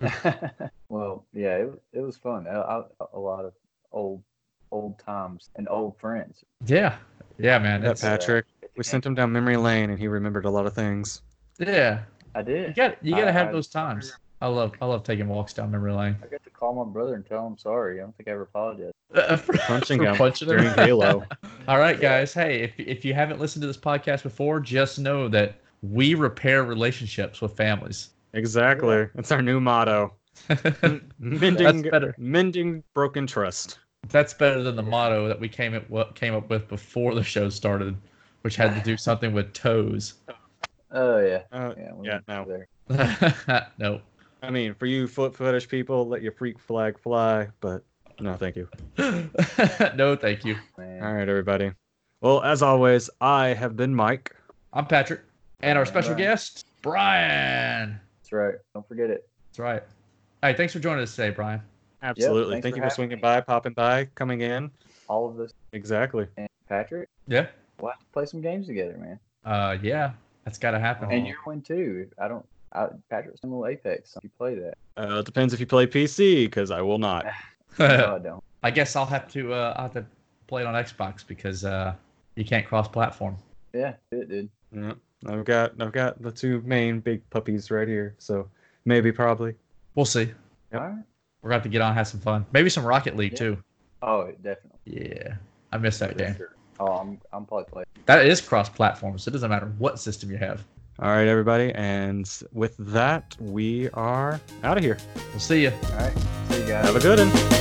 *laughs* *laughs* well, yeah, it, it was fun. I, I, a lot of old old times and old friends. yeah, yeah, man. That It's, bad. Patrick. We sent him down memory lane and he remembered a lot of things. yeah, I you did. got you got to I- have I- those times. I love I love taking walks down memory lane. *laughs* I got to call my brother and tell him sorry. I don't think I ever apologized. Uh, for- Punching for um, him punching him. during *laughs* Halo. All right, guys. Hey, if if you haven't listened to this podcast before, just know that we repair relationships with families. *laughs* Exactly. That's our new motto. That's mending better. mending broken trust. That's better than the motto that we came up what came up with before the show started, which had to do something with toes. *laughs* Oh yeah, Uh, yeah, we yeah, went no. there. no. I mean, for you foot fetish people, let your freak flag fly, but no, thank you. *laughs* no, thank you. Man. All right, everybody. Well, as always, I have been Mike. I'm Patrick. And our special Brian. guest, Brian. That's right. Don't forget it. That's right. Hey, thanks for joining us today, Brian. Absolutely. thanks Thank for you for having swinging me. by, popping by, coming in. All of this Exactly. and Patrick. Yeah. We'll have to play some games together, man. Uh, yeah, that's got to happen. And Oh. you're one too. I don't. I, Patrick's in little Apex. You *laughs* play that? Uh, it depends if you play PC, because I will *sighs* not. *laughs* No, I don't. I guess I'll have to uh, I'll have to play it on Xbox because uh, you can't cross-platform. Yeah, do it, dude. Yeah, I've got I've got the two main big puppies right here, so maybe probably. We'll see. Yep. All right. We're gonna have to get on, and have some fun. Maybe some Rocket League Yeah. too. Oh, definitely. Yeah, I miss that game. Sure. Oh, I'm I'm probably playing. That is cross-platform, so it doesn't matter what system you have. All right, everybody, and s- with that, we are out of here. We'll see you. All right. See you guys. Have a good one.